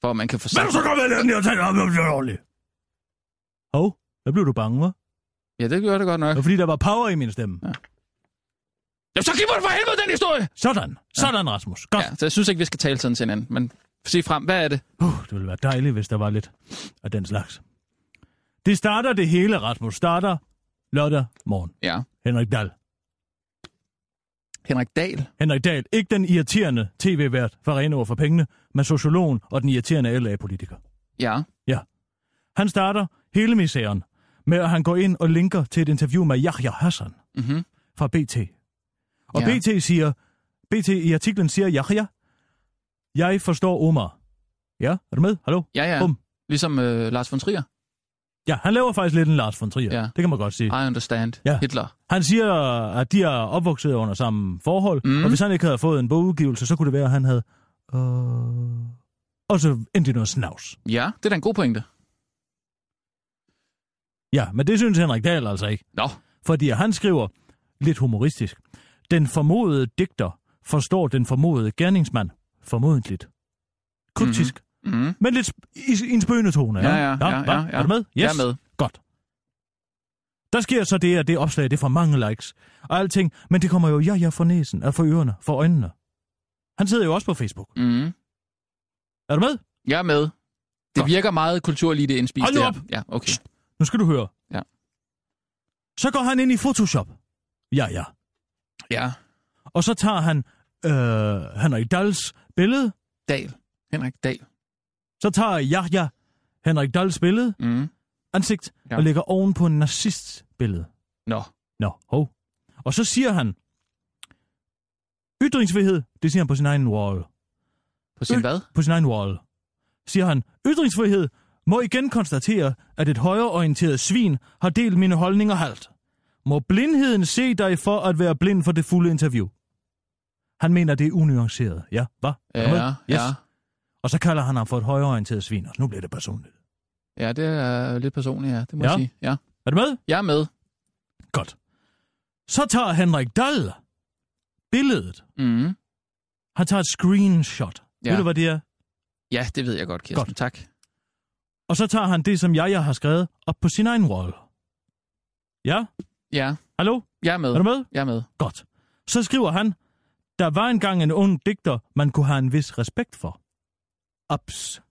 S4: for at man kan få
S3: Hvad er du så godt ved, at jeg taler om, om det er ordentligt? Hov, der blev du bange, hva'?
S4: Ja, det gør det godt nok.
S3: Det var fordi, der var power i min stemme.
S4: Ja, så giv mig for helvede den historie!
S3: Sådan. Sådan, Rasmus. Godt.
S4: Ja, så jeg synes ikke, vi skal tale sådan til hinanden, men sig frem, hvad er det?
S3: Uh, det ville være dejligt, hvis der var lidt af den slags. Det starter det hele, Rasmus. Starter lørdag morgen.
S4: Ja,
S3: Henrik Dahl.
S4: Henrik Dahl.
S3: Henrik Dahl, ikke den irriterende tv-vært for rene ord for pengene, men sociologen og den irriterende LA-politiker.
S4: Ja,
S3: Han starter hele misæren med, at han går ind og linker til et interview med Yahya Hassan
S4: mhm.
S3: fra BT. Og
S4: Ja.
S3: ja. BT siger, BT i artiklen siger Yahya, jeg forstår Omar. Ja, er du med? Hallo?
S4: Ja, ja.
S3: Bum.
S4: Ligesom øh, Lars von Trier.
S3: Ja, han laver faktisk lidt en Lars von Trier.
S4: Ja.
S3: Ja. Det kan man godt sige.
S4: I understand.
S3: Ja.
S4: Hitler.
S3: Han siger, at de er opvokset under samme forhold,
S4: Mm.
S3: mm. og hvis han ikke havde fået en bogudgivelse, så kunne det være, at han havde... Øh... Og så endte det noget snavs.
S4: Ja, det er da en god pointe.
S3: Ja, men det synes Henrik Dahl altså ikke.
S4: Nå,
S3: Fordi han skriver, lidt humoristisk, den formodede digter forstår den formodede gerningsmand, formodentligt. Kryptisk, mm-hmm.
S4: mhm.
S3: men lidt sp- i, i en spøgende tone.
S4: Ja, ja, ja,
S3: hva?
S4: ja, ja.
S3: Er du med? Yes.
S4: Jeg er med.
S3: Godt. Der sker så det, at det opslag, det får mange likes og alting, men det kommer jo ja, ja for næsen, og for ørerne, for øjnene. Han sidder jo også på Facebook.
S4: Mhm.
S3: Er du med?
S4: Jeg er med. Det
S3: Godt.
S4: virker meget kulturlite indspist.
S3: Hold nu
S4: det her.
S3: op!
S4: Ja, okay.
S3: Nu skal du høre.
S4: Ja.
S3: Så går han ind i Photoshop. Ja, ja.
S4: Ja,
S3: Og så tager han øh, Henrik Dahls billede,
S4: Dahl. Henrik Dahl.
S3: så tager Yahya Henrik Dahls billede,
S4: Mm.
S3: ansigt, ja.
S4: Ja.
S3: og lægger oven på en narcists billede.
S4: Nå.
S3: Nå, hov. Og så siger han, ytringsfrihed, det siger han på sin egen wall.
S4: På sin
S3: Øh.
S4: hvad?
S3: På sin egen wall. Siger han, ytringsfrihed må igen konstatere, at et højreorienteret svin har delt mine holdninger halvt. Må blindheden se dig for at være blind for det fulde interview? Han mener, det er unuanceret. Ja, hvad?
S4: Ja, ja,
S3: yes.
S4: ja.
S3: Og så kalder han ham for et højreorienteret svin, og nu bliver det personligt.
S4: Ja, det er lidt personligt, ja. Det må
S3: Ja.
S4: jeg sige. Ja.
S3: Er du med?
S4: Jeg er med.
S3: Godt. Så tager Henrik Dahl billedet.
S4: Mm.
S3: Han tager et screenshot.
S4: Ja.
S3: Ja. Ved du, hvad det er?
S4: Ja, det ved jeg godt, Kirsten.
S3: Godt.
S4: Godt. Tak.
S3: Og så tager han det, som jeg, jeg har skrevet, op på sin egen wall. Ja?
S4: Ja,
S3: Hallo?
S4: jeg er med.
S3: Er du med?
S4: Jeg er med.
S3: Godt. Så skriver han, der var engang en ung digter, man kunne have en vis respekt for. Ups.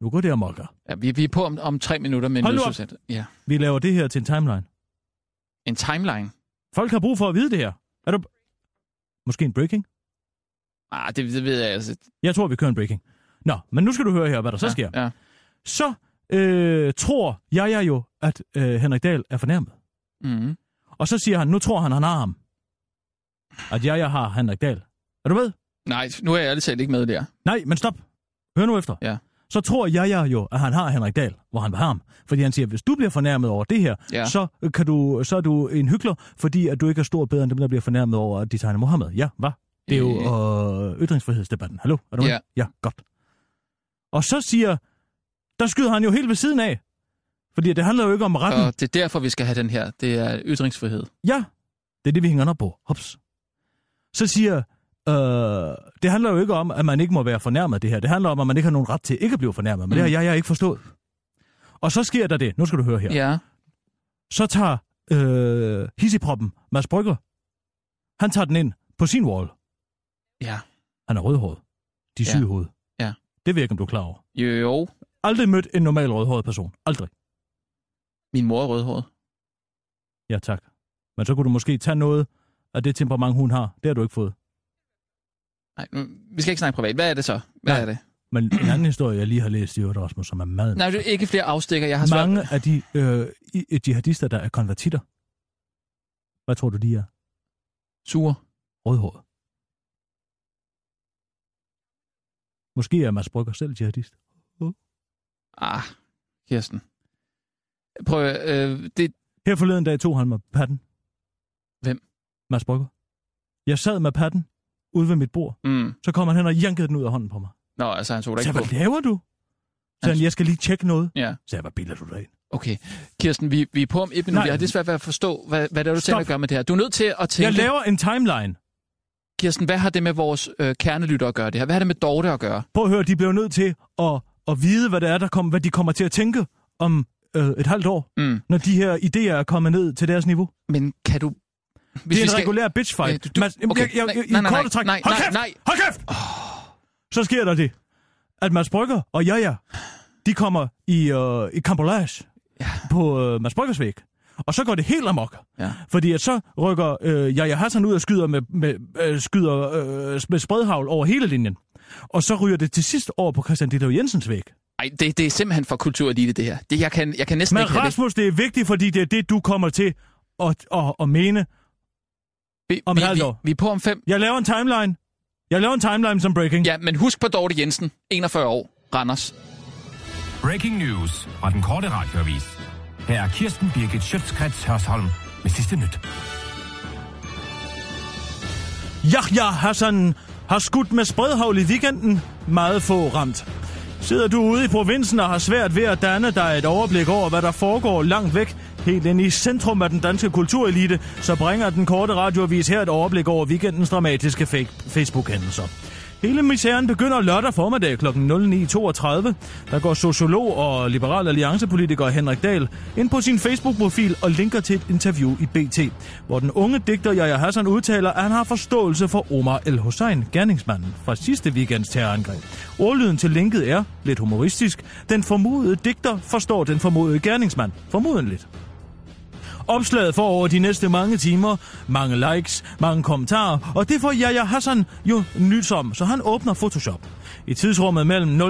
S3: Nu går det amok. her.
S4: Ja, vi, vi er på om, om tre minutter med en
S3: Hold nu op.
S4: nødsudsendelse. Ja.
S3: Vi laver det her til en timeline.
S4: En timeline.
S3: Folk har brug for at vide det her. Er du... Måske en breaking?
S4: Ah, det, det ved jeg altså.
S3: Jeg tror, vi kører en breaking. Nå, men nu skal du høre her, hvad der så
S4: ja,
S3: sker.
S4: Ja.
S3: så øh, tror jeg, jeg jo, at øh, Henrik Dahl er fornærmet.
S4: Mm.
S3: Og så siger han, nu tror han, han har ham. At jeg, jeg har Henrik Dahl. Er du med?
S4: Nej, nu er jeg ærligt talt ikke med der.
S3: Nej, men stop. Hør nu efter.
S4: Ja.
S3: Så tror jeg, jeg jo, at han har Henrik Dahl, hvor han vil have ham. Fordi han siger, hvis du bliver fornærmet over det her,
S4: Ja.
S3: så, øh, kan du, så er du en hyggelig, fordi at du ikke er stor bedre end dem, der bliver fornærmet over, at de tegner Mohammed. Ja, hvad? Det er jo øh, ytringsfrihedsdebatten. Hallo, er du med?
S4: Ja.
S3: ja, godt. Og så siger, der skyder han jo helt ved siden af. Fordi det handler jo ikke om retten.
S4: Og det er derfor, vi skal have den her. Det er ytringsfrihed.
S3: Ja, det er det, vi hænger op på. Hops. Så siger, øh, det handler jo ikke om, at man ikke må være fornærmet af det her. Det handler om, at man ikke har nogen ret til ikke at blive fornærmet. Men mm. det har jeg, jeg ikke forstået. Og så sker der det. Nu skal du høre her.
S4: Ja.
S3: Ja.
S4: ja.
S3: Så tager øh, hissiproppen Mads Brygger. Han tager den ind på sin wall.
S4: Ja.
S3: Han er rødhåret. De er
S4: Ja.
S3: syge hoved.
S4: Ja.
S3: Det ved jeg ikke, om du er klar over.
S4: Jo, jo.
S3: Aldrig mødt en normal rødhåret person. Aldrig.
S4: Min mor er rødhåret.
S3: Ja, tak. Men så kunne du måske tage noget af det temperament, hun har. Det har du ikke fået.
S4: Nej, nu- vi skal ikke snakke privat. Hvad er det så? Hvad
S3: Nej.
S4: er det?
S3: Men en anden historie, jeg lige har læst i øvrigt, Rasmus, som er meget...
S4: Nej, det er ikke flere afstikker. Jeg har svært.
S3: Mange af de øh, i- øh, jihadister, der er konvertitter, hvad tror du, de er?
S4: Sure.
S3: Rødhåret. Måske er Mads Brygger selv jihadist.
S4: Ah, Kirsten. Prøv at- øh, det,
S3: Her forleden dag tog han mig patten.
S4: Hvem?
S3: Mads Brygger. Jeg sad med patten ude ved mit bord.
S4: mm.
S3: Så kom han hen og jankede den ud af hånden på mig.
S4: Nå, altså, han tog det
S3: Så
S4: ikke på.
S3: hvad laver du? Så
S4: Altså-
S3: han, jeg skal lige tjekke noget.
S4: Ja,
S3: Så jeg, hvad bilder du dig ind?
S4: okay. Kirsten, vi, vi er på om et minut.
S3: Nej.
S4: Jeg har det svært ved at forstå, hvad, hvad det er, du
S3: Stop.
S4: tænker at gøre med det her. Du er nødt til at tænke,
S3: Jeg laver en timeline.
S4: Kirsten, hvad har det med vores øh, kernelytter at gøre det her? Hvad har det med Dorte at gøre?
S3: Prøv at høre, de bliver nødt til at, at vide, hvad det er, der kom, hvad de kommer til at tænke om øh, et halvt år,
S4: Mm.
S3: når de her idéer er kommet ned til deres niveau. Hvis
S4: Men kan du... Hvis
S3: det er
S4: vi
S3: en
S4: skal-
S3: skal... regulær bitchfight.
S4: Øh, du- du-
S3: Mads, jamen,
S4: okay.
S3: jeg, jeg,
S4: Nej,
S3: jeg,
S4: nej,
S3: I
S4: nej,
S3: korte træk.
S4: nej,
S3: hold
S4: nej,
S3: kæft!
S4: nej.
S3: Hold kæft! Oh. Så sker der det, at Mads Brygger og jeg, ja, de kommer i, øh, i kambolage ja. på øh, Mads Bryggers væg. Og så går det helt amok.
S4: Ja.
S3: Fordi at så rykker øh, Jaja Hassan ud og skyder med, med, øh, skyder, øh, med spredhavl over hele linjen. Og så ryger det til sidst over på Christian Ditlev Jensens væg.
S4: Ej, det, det er simpelthen for kulturelite, det her. Det, jeg, kan, jeg kan næsten
S3: Men
S4: ikke have det.
S3: Rasmus, det er vigtigt, fordi det er det, du kommer til at, at, at mene.
S4: Vi,
S3: om
S4: vi,
S3: et halvt
S4: vi,
S3: år.
S4: vi er på om fem.
S3: Jeg laver en timeline. Jeg laver en timeline som breaking.
S4: Ja, men husk på Dorte Jensen, 41 år, Randers.
S5: Breaking news fra den korte radioavis. Her er Kirsten Birgit Schøtzgrads Hørsholm med sidste nyt.
S3: Yahya Hassan har skudt med spredhavl i weekenden. Meget få ramt. Sidder du ude i provinsen og har svært ved at danne dig et overblik over, hvad der foregår langt væk, helt ind i centrum af den danske kulturelite, så bringer den korte radioavis her et overblik over weekendens dramatiske fake- Facebook-hændelser. Hele misæren begynder lørdag formiddag kl. 09.32. Der går sociolog og liberal alliancepolitiker Henrik Dahl ind på sin Facebook-profil og linker til et interview i BT, hvor den unge digter Jaja Hassan udtaler, at han har forståelse for Omar El Hussein, gerningsmanden fra sidste weekends terrorangreb. Ordlyden til linket er, lidt humoristisk, den formodede digter forstår den formodede gerningsmand, formodentligt. Opslaget får over de næste mange timer mange likes, mange kommentarer, og det får Yahya Hassan jo nyt som, så han åbner Photoshop. I tidsrummet mellem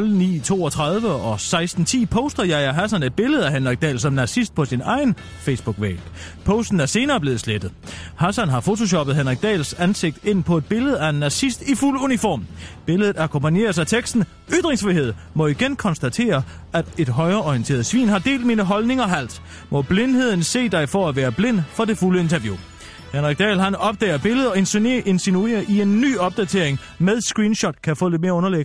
S3: 09.32 og 16.10 poster Yahya Hassan et billede af Henrik Dahl som nazist på sin egen Facebook-væg. Posten er senere blevet slettet. Hassan har photoshoppet Henrik Dahls ansigt ind på et billede af en nazist i fuld uniform. Billedet akkompagneres af teksten Ytringsfrihed må igen konstatere, at et højreorienteret svin har delt mine holdninger halvt. Må blindheden se dig for at være blind for det fulde interview. Henrik Dahl han opdager billedet og insinuerer, insinuerer i en ny opdatering med screenshot kan få lidt mere underlæg.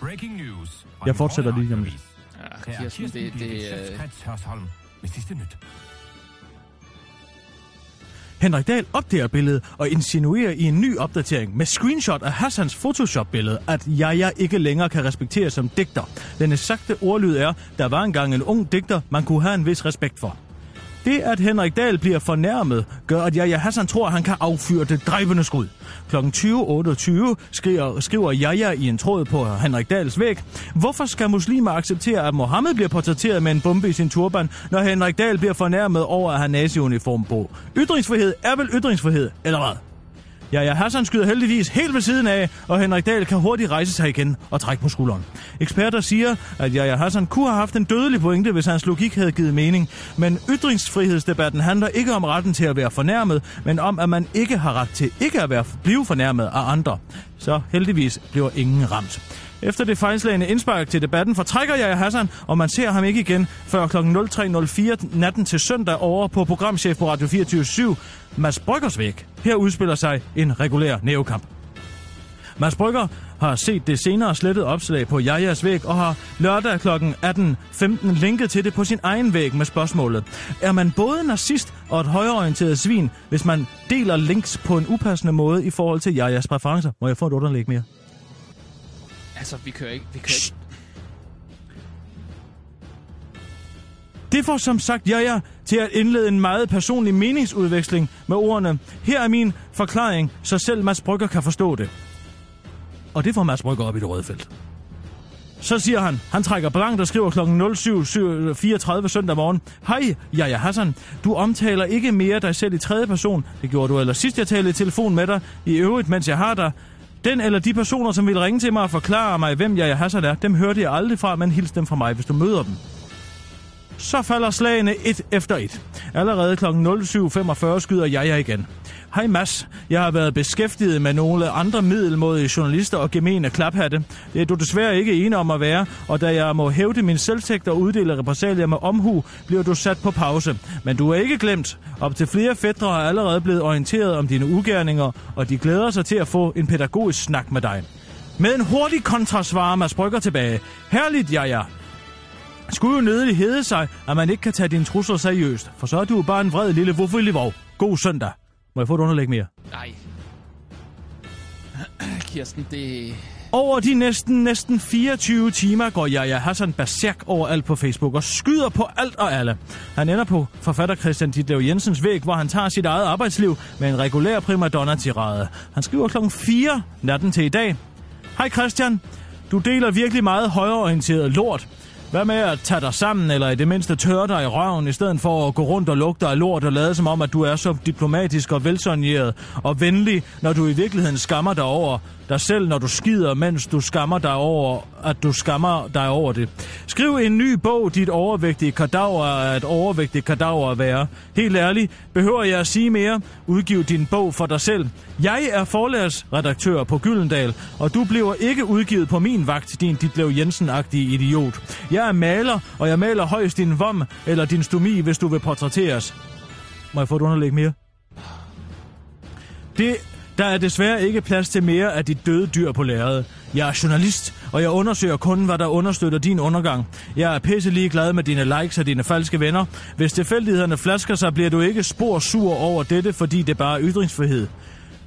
S5: Breaking news. fra
S3: Jeg
S5: den
S3: fortsætter
S5: korte
S3: lige om lidt.
S5: radioavis.
S4: Ja,
S5: Her er
S4: Kirsten,
S5: Kirsten
S4: det, det,
S5: Birgit
S4: øh,
S5: Schøtzgrads Hørsholm med sidste nyt.
S3: Henrik Dahl opdager billedet og insinuerer i en ny opdatering med screenshot af Hassans Photoshop-billede, at Jaja ikke længere kan respekteres som digter. Den eksakte ordlyd er, der var engang en ung digter, man kunne have en vis respekt for. Det, at Henrik Dahl bliver fornærmet, gør, at Jaja Hassan tror, at han kan affyre det dræbende skud. Kl. 20.28 skriver, skriver Jaja i en tråd på Henrik Dahls væg, hvorfor skal muslimer acceptere, at Mohammed bliver portrætteret med en bombe i sin turban, når Henrik Dahl bliver fornærmet over at have naziuniform på? Ytringsfrihed er vel ytringsfrihed, eller hvad? Jaja Hassan skyder heldigvis helt ved siden af, og Henrik Dahl kan hurtigt rejse sig igen og trække på skulderen. Eksperter siger, at Jaja Hassan kunne have haft en dødelig pointe, hvis hans logik havde givet mening. Men ytringsfrihedsdebatten handler ikke om retten til at være fornærmet, men om, at man ikke har ret til ikke at være, blive fornærmet af andre. Så heldigvis bliver ingen ramt. Efter det fejlslagende indspark til debatten fortrækker jeg Hassan, og man ser ham ikke igen før kl. 03.04 natten til søndag over på programchef på Radio 24 Mads Bryggers væk. Her udspiller sig en regulær nævekamp. Mads Brygger har set det senere slettet opslag på Jajas væg og har lørdag kl. 18.15 linket til det på sin egen væg med spørgsmålet. Er man både nazist og et højreorienteret svin, hvis man deler links på en upassende måde i forhold til Jajas præferencer? Må jeg få et underlæg mere?
S4: altså, vi kører ikke. Vi kører ikke.
S3: Det får som sagt jeg jer til at indlede en meget personlig meningsudveksling med ordene. Her er min forklaring, så selv Mads Brygger kan forstå det. Og det får Mads Brygger op i det røde felt. Så siger han, han trækker blankt og skriver kl. 07.34 søndag morgen. Hej, Jaja Hassan. Du omtaler ikke mere dig selv i tredje person. Det gjorde du ellers sidst, jeg talte i telefon med dig. I øvrigt, mens jeg har dig. Den eller de personer, som vil ringe til mig og forklare mig, hvem Jaja Hassan er, dem hørte jeg aldrig fra, men hils dem fra mig, hvis du møder dem. Så falder slagene et efter et. Allerede kl. 07.45 skyder jeg jer igen. Hej Mads, jeg har været beskæftiget med nogle andre middelmodige journalister og gemene klaphatte. Det er du desværre ikke enig om at være, og da jeg må hævde min selvtægt og uddele repressalier med omhu, bliver du sat på pause. Men du er ikke glemt. Op til flere fædre er allerede blevet orienteret om dine ugerninger, og de glæder sig til at få en pædagogisk snak med dig. Med en hurtig kontra svarer Mads Brygger tilbage. Herligt, jeg ja, ja. Skulle jo nødvendig hede sig, at man ikke kan tage dine trusler seriøst, for så er du jo bare en vred lille vuffelivov. God søndag. Må jeg få et underlæg mere?
S4: Nej. Kirsten, det...
S3: Over de næsten, næsten 24 timer går Jaja Hassan berserk overalt på Facebook og skyder på alt og alle. Han ender på forfatter Christian Ditlev Jensens væg, hvor han tager sit eget arbejdsliv med en regulær primadonna-tirade. Han skriver klokken 4 natten til i dag. Hej Christian, du deler virkelig meget højreorienteret lort. Hvad med at tage dig sammen, eller i det mindste tørre dig i røven, i stedet for at gå rundt og lugte af lort og lade som om, at du er så diplomatisk og velsonjeret og venlig, når du i virkeligheden skammer dig over dig selv, når du skider, mens du skammer dig over, at du skammer dig over det. Skriv en ny bog, dit overvægtige kadaver er et overvægtigt kadaver at være. Helt ærligt, behøver jeg at sige mere? Udgiv din bog for dig selv. Jeg er forlagsredaktør på Gyldendal, og du bliver ikke udgivet på min vagt, din Ditlev Jensen-agtige idiot. Jeg er maler, og jeg maler højst din vom eller din stomi, hvis du vil portrætteres. Må jeg få et underlæg mere? Det, der er desværre ikke plads til mere af dit døde dyr på lærredet. Jeg er journalist, og jeg undersøger kun, hvad der understøtter din undergang. Jeg er pisselig glad med dine likes og dine falske venner. Hvis tilfældighederne flasker sig, bliver du ikke spor sur over dette, fordi det bare er ytringsfrihed.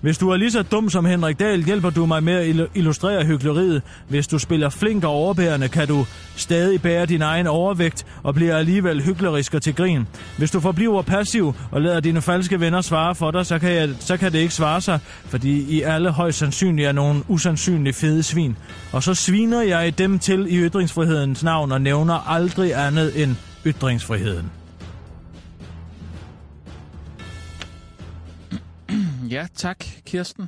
S3: Hvis du er lige så dum som Henrik Dahl, hjælper du mig med at illu- illustrere hyggeleriet. Hvis du spiller flink og overbærende, kan du stadig bære din egen overvægt og bliver alligevel hyklerisk og til grin. Hvis du forbliver passiv og lader dine falske venner svare for dig, så kan, jeg, så kan det ikke svare sig, fordi I alle højst sandsynligt er nogle usandsynligt fede svin. Og så sviner jeg dem til i ytringsfrihedens navn og nævner aldrig andet end ytringsfriheden.
S4: Ja, tak, Kirsten.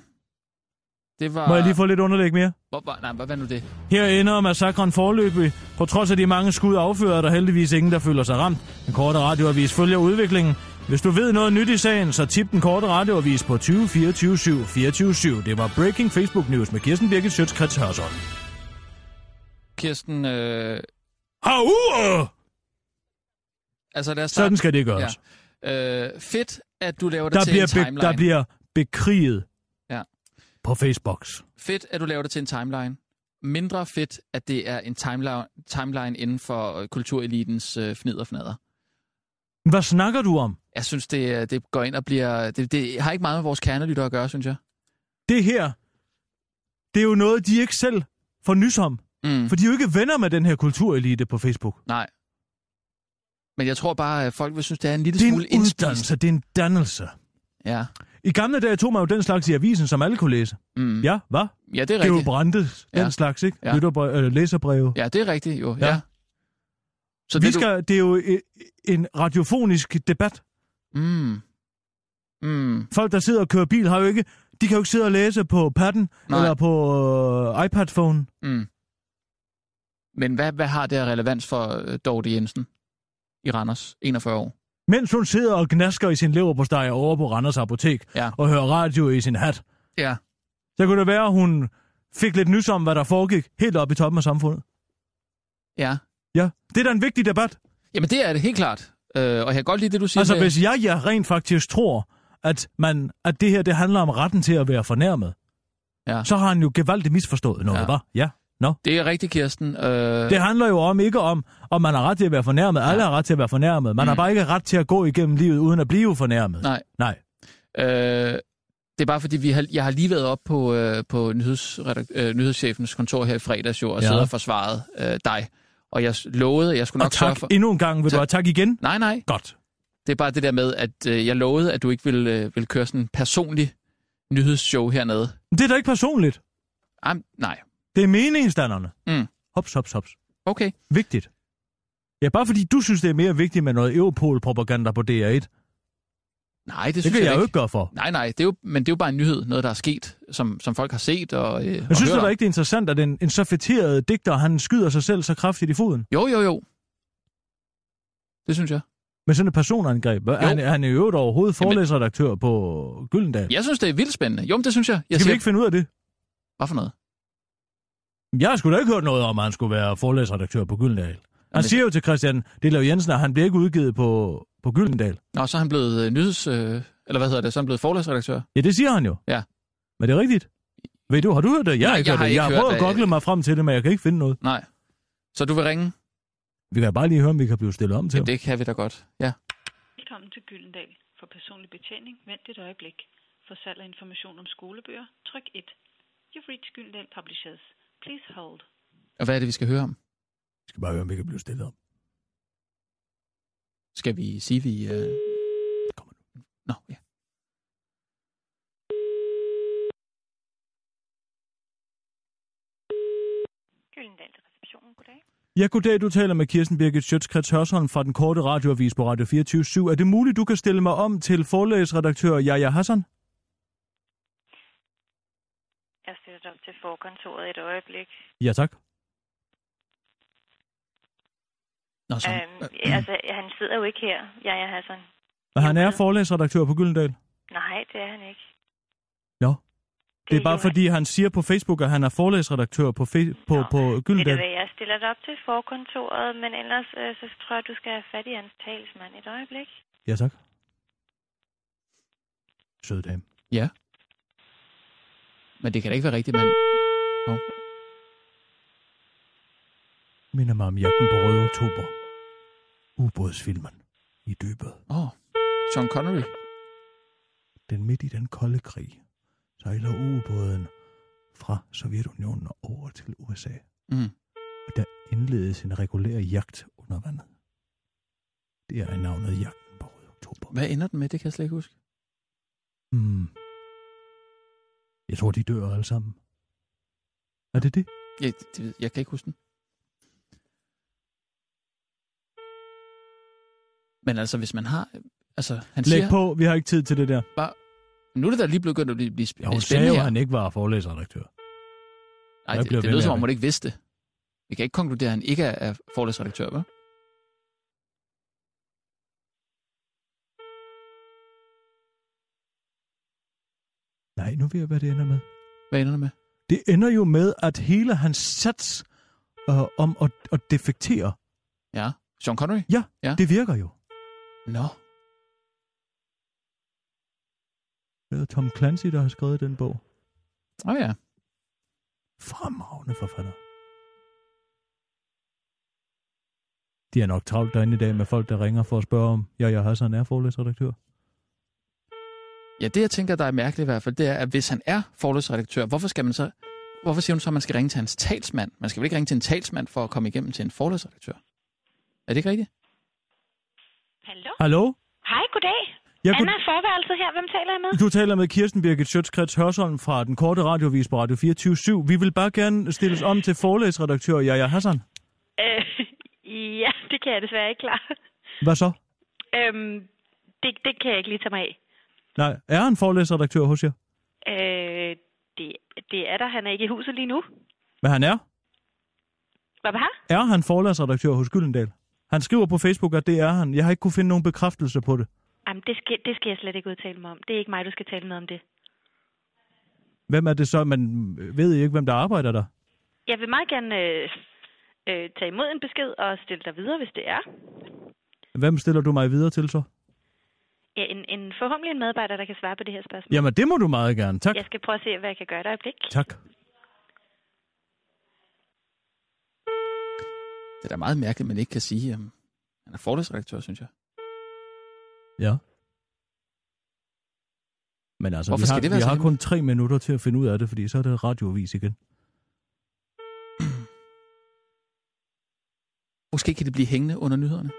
S4: Det var...
S3: Må jeg lige få lidt underlæg mere?
S4: Hvor, hvor, nej, hvad, hvad nu det?
S3: Her ender massakren forløbig. På trods af de mange skud affyret, er der heldigvis ingen, der føler sig ramt. Den korte radioavis følger udviklingen. Hvis du ved noget nyt i sagen, så tip den korte radioavis på 20 24 7 24 7. Det var Breaking Facebook News med Kirsten Birgit Sjøtskrets Hørsholm.
S4: Kirsten, øh,
S3: Au!
S4: altså lad os starte...
S3: Sådan skal det gøres.
S4: Ja. Øh, fedt, at du laver dig
S3: Der
S4: til
S3: bliver,
S4: en
S3: be-
S4: timeline.
S3: der bliver bekriget
S4: Ja.
S3: på Facebooks.
S4: Fedt, at du laver det til en timeline. Mindre fedt, at det er en timeline, timeline inden for øh, kulturelitens øh, fnider fnader.
S3: Hvad snakker du om?
S4: Jeg synes, det, øh, det går ind og bliver... Det, det har ikke meget med vores kernelytter at gøre, synes jeg.
S3: Det her, det er jo noget, de ikke selv får nys om.
S4: Mm.
S3: For de er jo ikke venner med den her kulturelite på Facebook.
S4: Nej. Men jeg tror bare, at folk vil synes, det er en lille
S3: Det er
S4: smule
S3: en
S4: indspist.
S3: uddannelse, det er en dannelse.
S4: Ja.
S3: I gamle dage tog man jo den slags i avisen, som alle kunne læse.
S4: Mm.
S3: Ja, hvad?
S4: ja, det er
S3: Det er jo
S4: rigtigt.
S3: Brandes, den
S4: Ja.
S3: slags, ikke?
S4: Ja.
S3: Ja. Lytterbre- øh, læserbreve.
S4: Ja, det er rigtigt, jo. Ja.
S3: Ja.
S4: ja. Så
S3: Vi
S4: det,
S3: skal, det er jo øh, en radiofonisk debat.
S4: Du... Mm. Mm.
S3: Folk, der sidder og kører bil, har jo ikke... De kan jo ikke sidde og læse på padden
S4: Nej.
S3: eller på øh, iPad-phone.
S4: Mm. Men hvad, hvad har det af relevans for øh, Dorte Jensen i Randers, 41 år?
S3: Mens hun sidder og gnasker i sin leverpostej over på Randers Apotek
S4: Ja.
S3: og hører radio i sin hat,
S4: Ja.
S3: så kunne det være, at hun fik lidt nys om, hvad der foregik helt op i toppen af samfundet.
S4: Ja.
S3: Ja, det er da en vigtig debat.
S4: Jamen, det er det helt klart. Øh, og jeg kan godt lide det, du siger.
S3: Altså,
S4: med-
S3: hvis jeg, jeg rent faktisk tror, at, man, at det her det handler om retten til at være fornærmet,
S4: Ja.
S3: så har han jo gevaldigt misforstået noget,
S4: Ja.
S3: ja. var? Ja. No.
S4: Det er rigtigt, Kirsten. Øh,
S3: Det handler jo om ikke om, om man har ret til at være fornærmet. Alle har ret til at være fornærmet. Man
S4: Mm.
S3: har bare ikke ret til at gå igennem livet uden at blive fornærmet.
S4: Nej.
S3: Nej.
S4: Øh, det er bare fordi, vi har, jeg har lige været op på, øh, på nyhedsredak- øh, nyhedschefens kontor her i fredags jo, og ja.
S3: Ja.
S4: sidder og forsvaret øh, dig. Og jeg s- lovede, at jeg skulle nok
S3: Og tak
S4: sørge for...
S3: endnu en gang. Vil
S4: Tak.
S3: du have tak igen?
S4: Nej, nej.
S3: Godt.
S4: Det er bare det der med, at øh, jeg lovede, at du ikke ville, øh, ville køre sådan en personlig nyhedsshow hernede.
S3: Men Det er da ikke personligt.
S4: Am, nej.
S3: Det er meningsdannerne.
S4: Mm.
S3: Hops, hops, hops.
S4: Okay.
S3: Vigtigt. Ja, bare fordi du synes, det er mere vigtigt med noget Europol-propaganda på DR1. Det,
S4: Nej, det,
S3: det
S4: synes
S3: kan jeg
S4: jeg
S3: jo ikke gøre for.
S4: Nej, nej, det er jo, men det er jo bare en nyhed, noget, der er sket, som, som folk har set og, øh, og
S3: Men synes
S4: hørt
S3: du da
S4: om.
S3: ikke, det er interessant, at en, en så fætteret digter, han skyder sig selv så kraftigt i foden?
S4: Jo, jo, jo. Det synes jeg.
S3: Med sådan et personangreb. Er Han, han er jo øvrigt overhovedet
S4: Jamen-
S3: forlæsredaktør på Gyldendal. Ja,
S4: Jeg synes, det er vildt spændende. Jo, men det synes jeg. jeg
S3: Skal vi ikke finde ud af det?
S4: Hvad for noget?
S3: Jeg har sgu da ikke hørt noget om, at han skulle være forlæsredaktør på Gyldendal. Han
S4: det-
S3: siger jo til Christian Delav Jensen, at han bliver ikke udgivet på, på Gyldendal.
S4: Nå, så er han blevet øh, nyheds... Øh, eller hvad hedder det? Så er han blevet forlagsredaktør.
S3: Ja, det siger han jo.
S4: Ja.
S3: Men det er rigtigt. Ved du, har du hørt det? Jeg har
S4: Nej,
S3: ikke
S4: jeg
S3: hørt
S4: har
S3: det.
S4: ikke
S3: Jeg har
S4: hørt
S3: prøvet at
S4: det.
S3: gogle mig frem til det, men jeg kan ikke finde noget.
S4: Nej. Så du vil ringe?
S3: Vi kan bare lige høre, om vi kan blive stillet om til.
S4: Jamen, det kan vi da godt. Ja.
S8: Velkommen til Gyldendal. For personlig betjening, vent et øjeblik. For salg og information om skolebøger, tryk 1. You've reached Gyldendal Publishers. Please hold.
S4: Og hvad er det, vi skal høre om?
S3: Vi skal bare høre, om vi kan blive stillet om.
S4: Skal vi sige, vi... Øh... Kommer nu. Nå, ja.
S8: Gyldendal til receptionen. Goddag.
S3: Ja, goddag. Du taler med Kirsten Birgit Sjøtskrets Hørsholm fra den korte radioavis på Radio 24 Er det muligt, du kan stille mig om til forlægsredaktør Jaja Hassan?
S8: Jeg stiller dig op til forkontoret et øjeblik.
S3: Ja, tak.
S4: Nå, så...
S8: Øhm, altså, han sidder jo ikke her, jeg er Hassan.
S3: Og han er
S8: Jonas.
S3: forlægsredaktør på Gyldendal.
S8: Nej, det er han ikke.
S3: Nå. Det er bare
S8: Jonas.
S3: fordi, han siger på Facebook, at han er forlægsredaktør på, fe- på,
S8: Nå,
S3: på
S8: Ved du
S3: Gyldendal.
S8: hvad, jeg stiller dig op til forkontoret, men ellers øh, så tror jeg, du skal have fat i hans talsmand et øjeblik.
S3: Ja, tak. Sød dame.
S4: Ja. Men det kan da ikke være rigtigt, men...
S3: Minder mig om jagten på Røde Oktober. Ubådsfilmen. I dybet.
S4: Åh, oh, Sean Connery.
S3: Den midt i den kolde krig. sejler ubåden fra Sovjetunionen og over til USA.
S4: Mm.
S3: Og der indledes en regulær jagt under vandet. Det er navnet jagten på Røde Oktober.
S4: Hvad ender den med? Det kan jeg slet ikke huske.
S3: Hmm. Jeg tror, de dør alle sammen. Er det det?
S4: Jeg, det, ved- jeg kan ikke huske den. Men altså, hvis man har... Altså, han
S3: Læg
S4: siger...
S3: på, vi har ikke tid til det der.
S4: Nu er det da lige begyndt at blive, blive
S3: Jeg
S4: sp-
S3: jo, sagde
S4: spændende
S3: jo,
S4: her.
S3: han ikke var forlæsredaktør.
S4: Nej,
S3: Jeg
S4: det,
S3: bliver
S4: det
S3: ved
S4: lyder
S3: med
S4: som
S3: at
S4: om,
S3: være.
S4: hun ikke vidste det. Vi kan ikke konkludere, at han ikke er, er forlagsredaktør, vel?
S3: Nej, nu ved jeg, hvad det ender med.
S4: Hvad ender det med?
S3: Det ender jo med, at hele hans sats øh, om at, at defektere,
S4: Ja. Sean Connery?
S3: det virker jo.
S4: Nå.
S3: Det er Tom Clancy, der har skrevet den bog.
S4: Åh oh, ja.
S3: Fremragende forfatter. De er nok travlt derinde i dag med folk, der ringer for at spørge om, ja, jeg har sådan er forlæsredaktør.
S4: Ja, det jeg tænker, der er mærkeligt i hvert fald, det er, at hvis han er forlagsredaktør, hvorfor skal man så... Hvorfor siger hun så, at man skal ringe til hans talsmand? Man skal vel ikke ringe til en talsmand for at komme igennem til en forlagsredaktør? Er det ikke rigtigt?
S8: Hallo?
S3: Hallo?
S8: Hej, goddag.
S3: Jeg
S8: Anna er forværelset her. Hvem taler jeg med?
S3: Du taler med Kirsten Birgit Sjøtskrets Hørsholm fra den korte radiovis på Radio 24 Vi vil bare gerne stilles om til forlæsredaktør Jaja Hassan.
S8: Øh, ja, det kan jeg desværre ikke klare.
S3: Hvad så?
S8: Øhm, det, det kan jeg ikke lige tage mig af.
S3: Nej, er han forlæsredaktør hos jer?
S8: Øh, det, det er der. Han er ikke i huset lige nu.
S3: Hvad han er?
S8: Hvad var
S3: Er han forlæsredaktør hos Gyldendal? Han skriver på Facebook, at det er han. Jeg har ikke kunne finde nogen bekræftelse på det.
S8: Jamen, det skal, det skal jeg slet ikke udtale mig om. Det er ikke mig, du skal tale med om det.
S3: Hvem er det så? Man ved ikke, hvem der arbejder der.
S8: Jeg vil meget gerne øh, øh, tage imod en besked og stille dig videre, hvis det er.
S3: Hvem stiller du mig videre til så?
S8: Ja, en, en forhåbentlig en medarbejder, der kan svare på det her spørgsmål.
S3: Jamen, det må du meget gerne. Tak.
S8: Jeg skal prøve at se, hvad jeg kan gøre dig øjeblik.
S3: Tak.
S4: Det er da meget mærkeligt, at man ikke kan sige, at øh, han er forlagsredaktør, synes jeg.
S3: Ja. Men altså,
S4: Hvorfor
S3: vi har,
S4: skal det være
S3: vi
S4: så
S3: har kun
S4: hemmeligt?
S3: tre minutter til at finde ud af det, fordi så er det radiovis igen.
S4: Måske kan det blive hængende under nyhederne.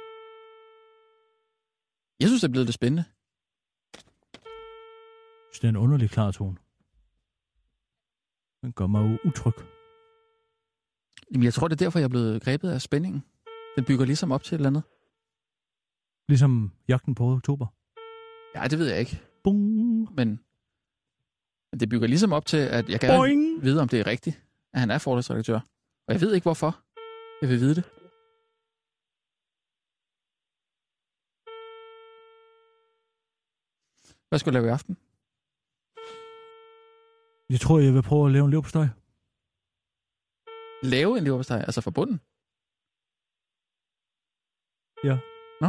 S4: Jeg synes, det er blevet lidt spændende.
S3: synes, det er en underlig klar tone. Den gør mig jo utryg.
S4: Jamen, jeg tror, det er derfor, jeg er blevet grebet af spændingen. Den bygger ligesom op til et eller andet.
S3: Ligesom jagten på oktober.
S4: Ja, det ved jeg ikke.
S3: Boing.
S4: Men men det bygger ligesom op til, at jeg gerne Boing.
S3: Boing.
S4: vide, om det er rigtigt, at han er forlagsredaktør. Og jeg ved ikke, hvorfor. Jeg vil vide det. Hvad skal du lave i aften?
S3: Jeg tror, jeg vil prøve at lave en løbstøj.
S4: Lave en leverpostej, altså fra bunden.
S3: Ja.
S4: Nå?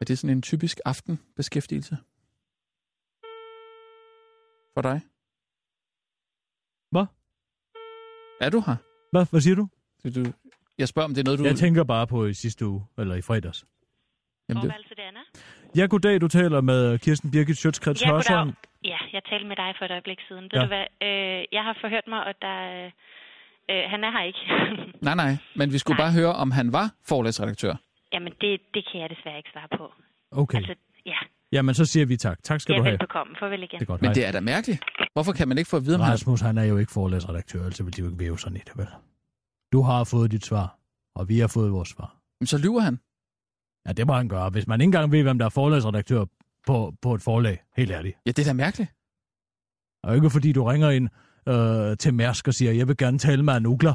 S4: Er det sådan en typisk aftenbeskæftigelse? For dig?
S3: Hvad?
S4: Er du her?
S3: Hvad, hvad siger du?
S4: Du, du, jeg spørger, om det er noget, du...
S3: Jeg tænker bare på i sidste uge, eller i fredags.
S4: Jamen, det,
S8: Forværelse, det er Anna.
S3: Ja, goddag, du taler med Kirsten Birgit Sjøtskrets
S8: Ja, goddag.
S3: Hørsholm.
S8: Ja, jeg talte med dig for et øjeblik siden. Ved
S3: Ja.
S8: du hvad? Øh, jeg har forhørt mig, og der, øh, øh, han er her ikke.
S4: nej, nej. Men vi skulle
S8: Nej.
S4: bare høre, om han var forlagsredaktør.
S8: Jamen, det, det kan jeg desværre ikke svare på.
S3: Okay,
S8: Altså, ja,
S3: jamen så siger vi tak. Tak skal
S8: jeg
S3: du
S8: er
S3: have.
S8: velbekomme. Farvel igen.
S3: Det er godt,
S4: Men
S3: hej.
S4: det er da mærkeligt. Hvorfor kan man ikke få at vide, om han
S3: Rasmus, han er jo ikke forlagsredaktør, altså vil de jo ikke væve sådan et, vel? Du har fået dit svar, og vi har fået vores svar.
S4: Jamen, så lyver han.
S3: Ja, det må han gøre. Hvis man ikke engang ved, hvem der er forlagsredaktør på, på et forlag, helt ærligt.
S4: Ja, det er da mærkeligt.
S3: Og ikke fordi du ringer ind øh, til Mærsk og siger, jeg vil gerne tale med en ugler.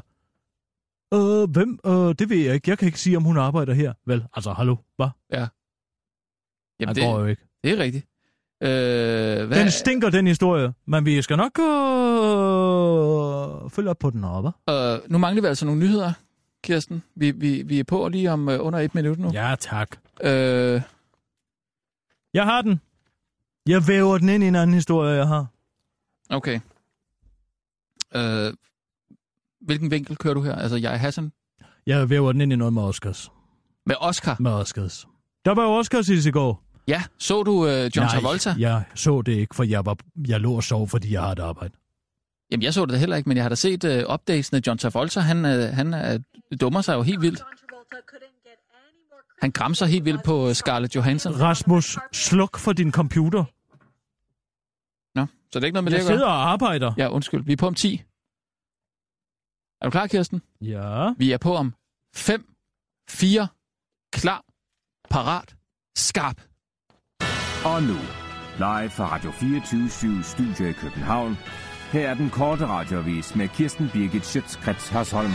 S3: Øh, hvem? Øh, det ved jeg ikke. Jeg kan ikke sige, om hun arbejder her. Vel, altså, hallo, hvad?
S4: Jamen,
S3: det går jo
S4: det,
S3: ikke.
S4: det er rigtigt. Øh, hvad,
S3: Den stinker, den historie. Men vi skal nok øh, følge op på den, og hvad?
S4: øh, nu mangler vi altså nogle nyheder, Kirsten. Vi, vi, vi er på lige om øh, under et minut nu.
S3: Ja, tak.
S4: Øh,
S3: Jeg har den. Jeg væver den ind i en anden historie, jeg har.
S4: okay. Øh, hvilken vinkel kører du her? Altså, jeg er Hassan
S3: Jeg væver den ind i noget med Oscars.
S4: med Oscar.
S3: Med Oscars. Der var jo Oscars i går.
S4: Ja, så du øh, John
S9: Nej,
S4: Travolta?
S9: jeg så det ikke, for jeg, var, jeg lå og sov, fordi jeg har et arbejde.
S4: Jamen, jeg så det da heller ikke, men jeg har da set øh, updatesene. John Travolta, han, øh, han øh, dummer sig jo helt vildt. Han kramser helt vildt på øh, Scarlett Johansson.
S9: Rasmus, sluk for din computer.
S4: Nå, så det er ikke noget med
S9: Jeg
S4: det at
S9: sidder
S4: gøre.
S9: og arbejder.
S4: Ja, undskyld. Vi er på om 10. Er du klar, Kirsten?
S9: Ja.
S4: Vi er på om 5, 4, klar, parat, skarp.
S5: Og nu, live fra Radio 24 Studio i København. Her er den korte radiovis med Kirsten Birgit Schøtzgrads Hasholm.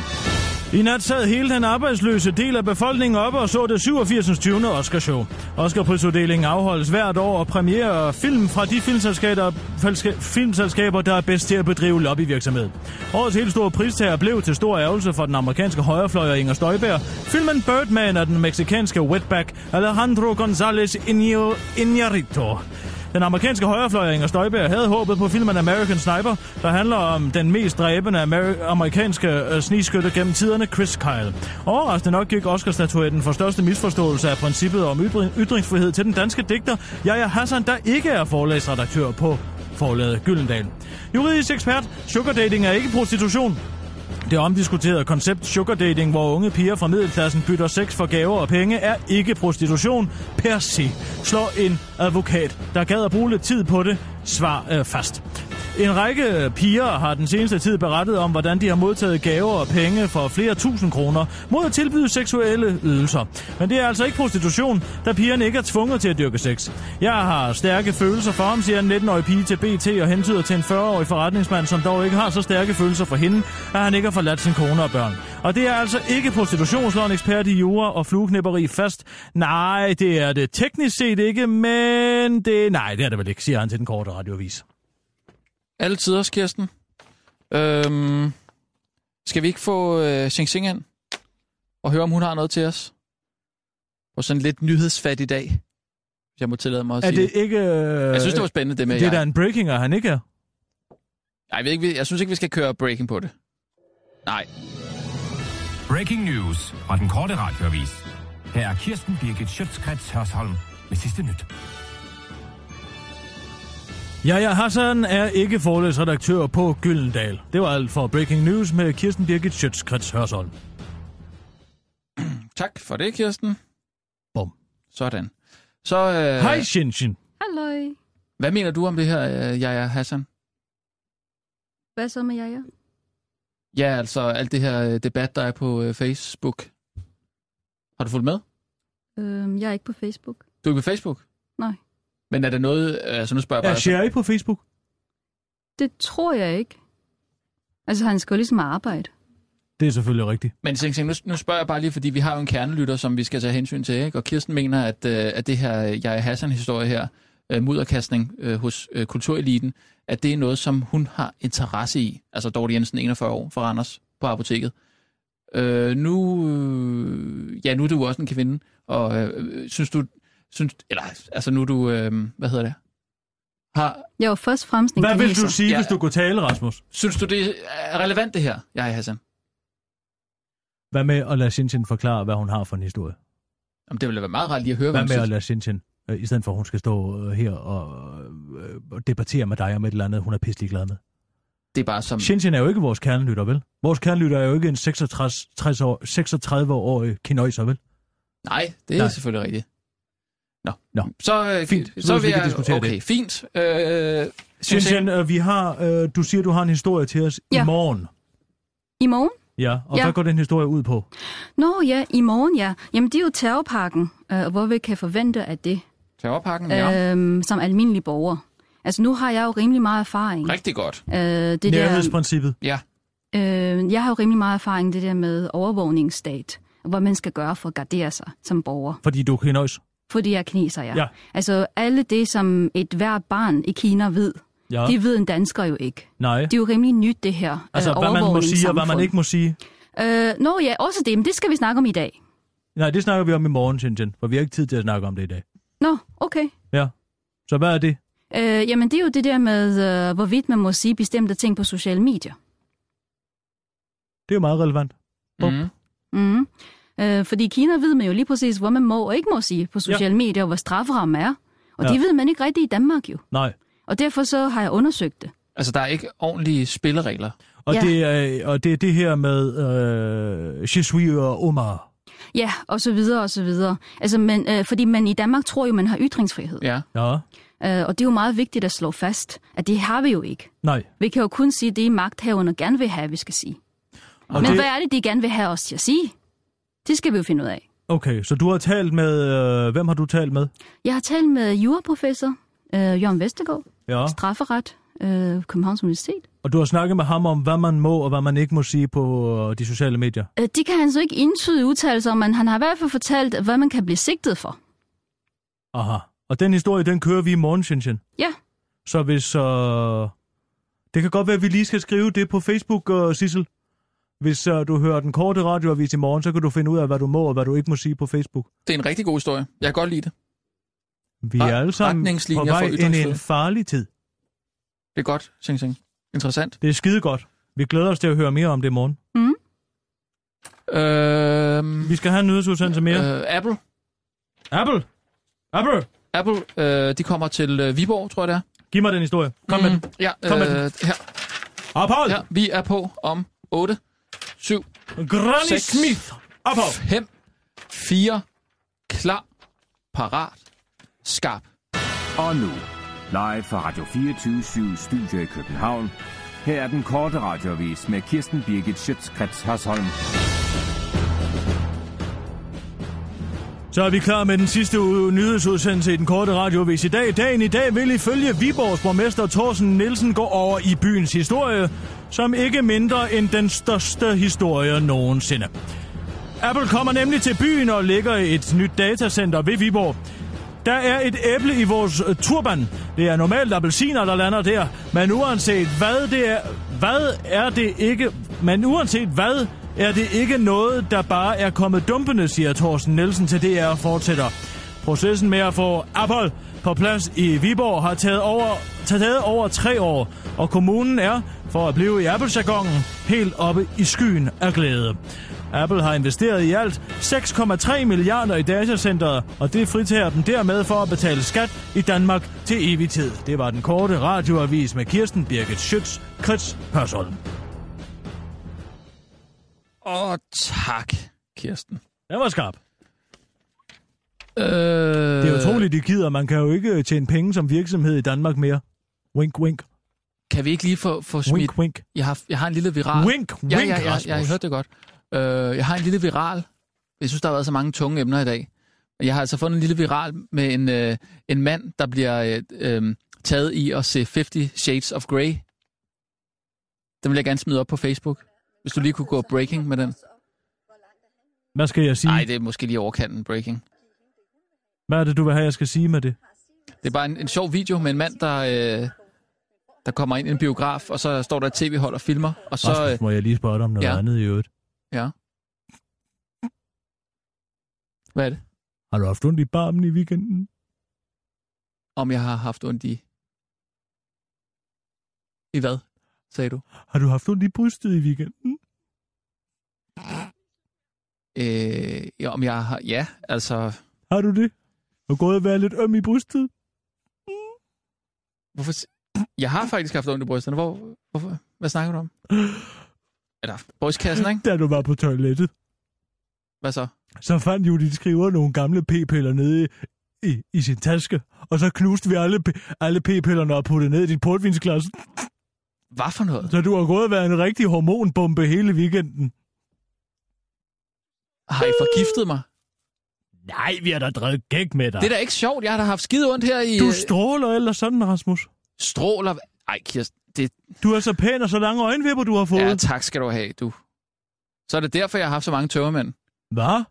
S3: I nat sad hele den arbejdsløse del af befolkningen op og så det 87. 20. Oscarshow. Oscarprisuddelingen afholdes hvert år og premierer film fra de filmselskaber, felske- filmselskaber, der er bedst til at bedrive lobbyvirksomhed. Årets helt store pristager blev til stor ærgelse for den amerikanske højrefløj og Inger Støjberg. Filmen Birdman af den meksikanske wetback Alejandro González Iñárritu. Den amerikanske højrefløj Inger Støjberg havde håbet på filmen American Sniper, der handler om den mest dræbende amer- amerikanske øh, snigskytte gennem tiderne, Chris Kyle. Overraskende nok gik Oscar-statuetten for største misforståelse af princippet om ytring- ytringsfrihed til den danske digter Jaja Hassan, der ikke er forlagsredaktør på forlaget Gyldendal. Juridisk ekspert, sugar dating er ikke prostitution. Det omdiskuterede koncept sugar dating, hvor unge piger fra middelklassen bytter sex for gaver og penge, er ikke prostitution per se. Slår en advokat, der gad at bruge lidt tid på det, svar øh, fast. En række piger har den seneste tid berettet om, hvordan de har modtaget gaver og penge for flere tusind kroner mod at tilbyde seksuelle ydelser. Men det er altså ikke prostitution, da pigerne ikke er tvunget til at dyrke sex. Jeg har stærke følelser for ham, siger en 19-årig pige til BT og hentyder til en 40-årig forretningsmand, som dog ikke har så stærke følelser for hende, at han ikke har forladt sin kone og børn. Og det er altså ikke prostitution, slår en ekspert i jura og flueknipperi fast. Nej, det er det teknisk set ikke, men det... Nej, det er det vel ikke, siger han til den korte radiovis.
S4: Alle tiders, Kirsten. Øhm, skal vi ikke få øh, Xing Xing ind og høre, om hun har noget til os? På sådan lidt nyhedsfattig dag, hvis jeg må tillade mig at
S9: Er
S4: sige
S9: det ikke... Øh,
S4: Jeg synes, det var spændende, det med
S9: det er
S4: jeg.
S9: da en breaking, og han ikke er.
S4: Nej, jeg, ved ikke, vi- jeg synes ikke, vi skal køre breaking på det. Nej,
S5: Breaking news fra den korte radiovis. Her er Kirsten Birgit Schøtzgrads Hasholm med sidste nyt.
S9: Jaja Hassan er ikke forlægsredaktør på Gyldendal. Det var alt for Breaking News med Kirsten Birgit Schøtzgrads Hørsholm.
S4: tak for det, Kirsten.
S9: Bum.
S4: Sådan. Så, øh,
S9: Hej, Shinshin.
S10: Halløj.
S4: hvad mener du om det her, øh, Jaja Hassan?
S10: Hvad så med jeg?
S4: Ja, altså alt det her øh, debat, der er på øh, Facebook. Har du fulgt med?
S10: Øhm, jeg er ikke på Facebook.
S4: Du er ikke på Facebook?
S10: Nej.
S4: Men er der noget... Altså nu spørger jeg
S9: Er
S4: bare...
S9: Sherry på Facebook?
S10: Det tror jeg ikke. Altså, han skal jo ligesom arbejde.
S9: Det er selvfølgelig rigtigt.
S4: Men Sing Sing, nu, nu spørger jeg bare lige, fordi vi har jo en kernelytter, som vi skal tage hensyn til, ikke? Og Kirsten mener, at, øh, at det her øh, Jaja Hassan-historie her, øh, mudderkastning øh, hos øh, kultureliten, at det er noget, som hun har interesse i. Altså Dorte Jensen, 41 år, fra Randers på apoteket. Øh, nu, øh, ja, nu er du jo også en kvinde, og øh, øh, synes du, synes, eller altså nu er du, øh, hvad hedder det, har,
S10: Jeg var først og fremmest en
S9: Hvad vil
S10: kineser.
S9: du sige,
S4: Ja.
S9: hvis du kunne tale, Rasmus?
S4: synes du, det er relevant det her, Jaja Hassan?
S9: Hvad med at lade Shinshin forklare, hvad hun har for en historie?
S4: Jamen, det ville da være meget rart lige at høre,
S9: Hvad
S4: hun
S9: med
S4: synes.
S9: at lade Shinshin, øh, i stedet for at hun skal stå øh, her og, øh, og debattere med dig om et eller andet, hun er pisselig glad med?
S4: Det er bare som...
S9: Shinshin er jo ikke vores kernelytter, vel? Vores kernelytter er jo ikke en 66, 60 år, 36-årig kinøjser, vel?
S4: Nej, det er
S9: Nej.
S4: Nej. selvfølgelig rigtigt. Nå.
S9: Nå.
S4: Så, øh,
S9: Fint. Så
S4: Så, så
S9: hvis vi
S4: vil
S9: kan
S4: jeg...
S9: diskutere
S4: okay,
S9: det.
S4: fint. Øh, synes jeg,
S9: Shinshin, øh, vi har, øh, du siger, du har en historie til os i
S10: Ja.
S9: morgen.
S10: I morgen?
S9: Ja, og
S10: Ja.
S9: hvad går den historie ud på?
S10: Nå ja, i morgen ja. Jamen, det er jo terrorpakken, øh, og hvor vi kan forvente af det
S4: terrorpakken, ja.
S10: ja. øhm, som almindelig borger. Altså, nu har jeg jo rimelig meget erfaring.
S4: Rigtig godt.
S10: Øh, det der,
S9: Nærhedsprincippet.
S4: Ja.
S10: øh, jeg har jo rimelig meget erfaring det der med overvågningsstat, hvad man skal gøre for at gardere sig som borger.
S9: Fordi du er kinøjs.
S10: Fordi jeg er kineser, ja.
S9: Ja.
S10: ja. Altså, alle det, som et hvert barn i Kina ved,
S9: Ja.
S10: ja. det ved en dansker jo ikke.
S9: Nej.
S10: Det er jo rimelig nyt, det her
S9: Altså,
S10: øh,
S9: hvad man må sige og hvad man
S10: overvågningssamfund.
S9: ikke må sige.
S10: Øh, nå ja, også det, men det skal vi snakke om i dag.
S9: Nej, det snakker vi om i morgen, Shenzhen, for vi har ikke tid til at snakke om det i dag.
S10: Nå, okay.
S9: Ja. Så hvad er det?
S10: Øh, jamen, det er jo det der med, øh, hvorvidt man må sige bestemte ting på sociale medier.
S9: Det er jo meget relevant.
S4: Mm.
S10: Mm.
S8: Øh, fordi i Kina ved man jo lige præcis, hvor man må og ikke må sige på sociale ja. medier, og hvor straframmen er. Og ja.
S4: Ja.
S8: det ved man ikke rigtigt i Danmark jo.
S3: Nej.
S8: Og derfor så har jeg undersøgt det.
S4: Altså, der er ikke ordentlige spilleregler.
S3: Og,
S8: Ja.
S3: ja. det,
S9: øh,
S3: er, og det er det her med øh, Je suis og Omar.
S8: Ja, og så videre og så videre. Altså, men, øh, fordi man i Danmark tror jo, man har ytringsfrihed.
S4: Ja.
S3: ja.
S8: Øh, og det er jo meget vigtigt at slå fast, at det har vi jo ikke.
S3: Nej.
S8: Vi kan jo kun sige det, magthaverne gerne vil have, vi skal sige.
S3: Og
S8: Men
S3: det-
S8: hvad er det, de gerne vil have os til at sige? Det skal vi jo finde ud af.
S3: Okay, så du har talt med... Øh, hvem har du talt med?
S8: Jeg har talt med juraprofessor øh, Jørgen Vestergaard,
S3: Ja.
S8: strafferet, øh, Københavns Universitet.
S3: Og du har snakket med ham om, hvad man må og hvad man ikke må sige på øh, de sociale medier.
S8: Øh, det kan han så ikke entydigt udtale sig om, men han har i hvert fald fortalt, hvad man kan blive sigtet for.
S3: Aha. Og den historie, den kører vi i morgen, Shenzhen.
S8: Øh. Ja,
S3: Så hvis... Øh, det kan godt være, at vi lige skal skrive det på Facebook, øh, Sissel. Hvis øh, du hører den korte radioavis i morgen, så kan du finde ud af, hvad du må og hvad du ikke må sige på Facebook.
S4: Det er en rigtig god historie. Jeg kan godt lide det.
S3: Vi er alle sammen på
S4: retningslinjer for
S3: vej ind i
S4: ytringsfrihed.
S3: en farlig tid.
S4: Det er godt, Sing Sing. Interessant.
S3: Det er skide godt. Vi glæder os til at høre mere om det i morgen.
S8: Mm.
S4: Øhm,
S3: Vi skal have en nyhedsudsendelse mere.
S4: Øh, Apple.
S3: Apple? Apple?
S4: Apple, øh, de kommer til øh, Viborg, tror jeg det er.
S3: Giv mig den historie. Kom med den.
S4: Ja,
S3: Mhm.
S4: øh,
S3: Kom med den.
S4: her.
S3: Ophold!
S4: Mm. Ja, vi er på om 8, 7,
S3: Granny Smith. Ophold!
S4: 5, 4, klar, parat, skarp.
S5: Og nu, live fra Radio 24 Studio i København. Her er den korte radiovis med Kirsten Birgit Schøtzgrads Hasholm.
S3: Så er vi klar med den sidste u- nyhedsudsendelse i den korte radiovis i dag. Dagen i dag vil ifølge Viborgs borgmester Thorsen Nielsen gå over i byens historie, som ikke mindre end den største historie nogensinde. Apple kommer nemlig til byen og lægger et nyt datacenter ved Viborg. Der er et æble i vores øh, turban. Det er normalt appelsiner, der lander der. Men uanset hvad det er, hvad er det ikke... Men uanset hvad er det ikke noget, der bare er kommet dumpende, siger Thorsten Nielsen til DR og fortsætter. Processen med at få Apple på plads i Viborg har taget over, taget over tre år, og kommunen er, for at blive i Apple-jargonen, helt oppe i skyen af glæde. Apple har investeret i alt 6,3 milliarder i datacenteret, og det fritager dem dermed for at betale skat i Danmark til evig tid. Det var den korte radioavis med Kirsten Birgit Schütz, Krets Hørsholm.
S4: Åh, tak, Kirsten.
S3: Den var skarp.
S4: Øh,
S3: Det er utroligt, de gider. Man kan jo ikke øh, tjene penge som virksomhed i Danmark mere. Wink, wink.
S4: Kan vi ikke lige få, få smidt...
S3: Wink, wink.
S4: Jeg har, jeg har en lille viral...
S3: Wink,
S4: Ah. ja,
S3: wink,
S4: ja, ja,
S3: Rasmus.
S4: ja, jeg hørte det godt. Øh, jeg har en lille viral. Jeg synes, der har været så mange tunge emner i dag. Men Jeg har altså fundet en lille viral med en, øh, en mand, der bliver øh, øh, taget i at se 50 Shades of Grey. Den vil jeg gerne smide op på Facebook. Hvis du lige kunne gå breaking med den.
S3: Hvad skal jeg sige?
S4: Nej, det er måske lige overkanten breaking.
S3: Hvad er det, du vil have, jeg skal sige med det?
S4: Det er bare en, en sjov video med en mand, der, øh, der kommer ind i en biograf, og så står der et tv-hold og filmer. Og så, øh,
S3: Rasmus, må jeg lige spørge dig om noget
S4: ja.
S3: ja. andet i øvrigt.
S4: Ja. Hvad er det?
S3: Har du haft ondt i barmen i weekenden?
S4: Om jeg har haft ondt i... I hvad, sagde du?
S3: Har du haft ondt i brystet i weekenden?
S4: Øh, ja, om jeg har... Ja, altså...
S3: Har du det? Og gået og været lidt øm i brystet?
S4: Hvorfor... s- Jeg har faktisk haft ondt i brysterne. Hvor, hvorfor? Hvad snakker du om? Eller brystkassen, ikke?
S3: Da du var på toilettet,
S4: Hvad så?
S3: så fandt Judith Skriver nogle gamle p-piller nede i, i, i sin taske, og så knuste vi alle, p- alle p-pillerne og puttede ned i dit portvinsglas.
S4: Hvad for noget?
S3: Så du har gået og været en rigtig hormonbombe hele weekenden.
S4: Har I forgiftet mig?
S3: Nej, vi har da drevet gæk med dig.
S4: Det er da ikke sjovt. Jeg har da haft skide ondt her i... øh,
S3: Du stråler eller sådan, Rasmus.
S4: stråler... Ej, Kirsten, det...
S3: Du er så pæn og så lange øjenvipper, du har fået.
S4: Ja, tak skal du have, du. Så er det derfor, jeg har haft så mange tømmermænd.
S3: Hvad?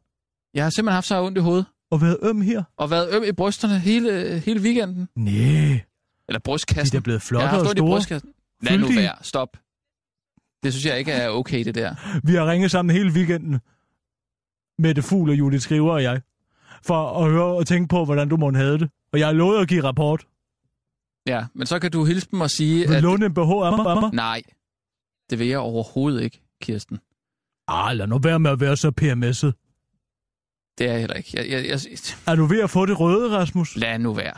S4: Jeg har simpelthen haft så ondt i hovedet.
S3: Og været øm her?
S4: og været øm i brysterne hele, hele weekenden.
S3: Næh,
S4: Eller
S3: de
S4: brystkassen.
S3: er blevet
S4: jeg har
S3: flottere
S4: haft
S3: og
S4: ondt i
S3: store.
S4: brystkassen. Lad nu
S3: Fyldige.
S4: være. Stop. Det synes jeg ikke er okay, det der.
S3: Vi har ringet sammen hele weekenden. Mette Fugl og Judith Skriver og jeg. For at høre og tænke på, hvordan du måtte havde det. Og jeg lovede at give rapport.
S4: Ja, men så kan du hilse dem og sige,
S3: Vil
S4: at...
S3: låne en BH af mig? af mig?
S4: Nej, det vil jeg overhovedet ikke, Kirsten.
S3: Ah, lad nu være med at være så PMS'et.
S4: Det er jeg heller ikke. Jeg, jeg, jeg,
S3: Er du ved at få det røde, Rasmus?
S4: lad nu være.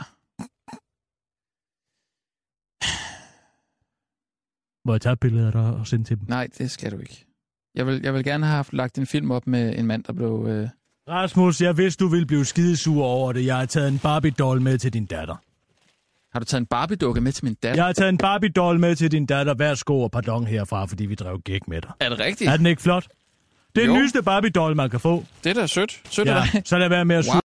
S3: Må jeg tage billeder af dig og sende til dem?
S4: Nej, det skal du ikke. Jeg vil, jeg vil gerne have haft lagt en film op med en mand, der blev... Øh...
S3: Rasmus, jeg vidste, du ville blive skidesur over det. Jeg har taget en Barbie-doll med til din datter.
S4: Har du taget en Barbie-dukke med til min datter?
S3: Jeg har taget en Barbie-doll med til din datter. Værsgo og pardon herfra, fordi vi drev gæk med dig.
S4: Er det rigtigt?
S3: Er den ikke flot? Det er den
S4: Jo.
S3: nyeste Barbie-doll, man kan få.
S4: Det er da sødt. Sødt af
S3: Ja,
S4: dig.
S3: så lad være med at
S4: Wow.
S3: wow.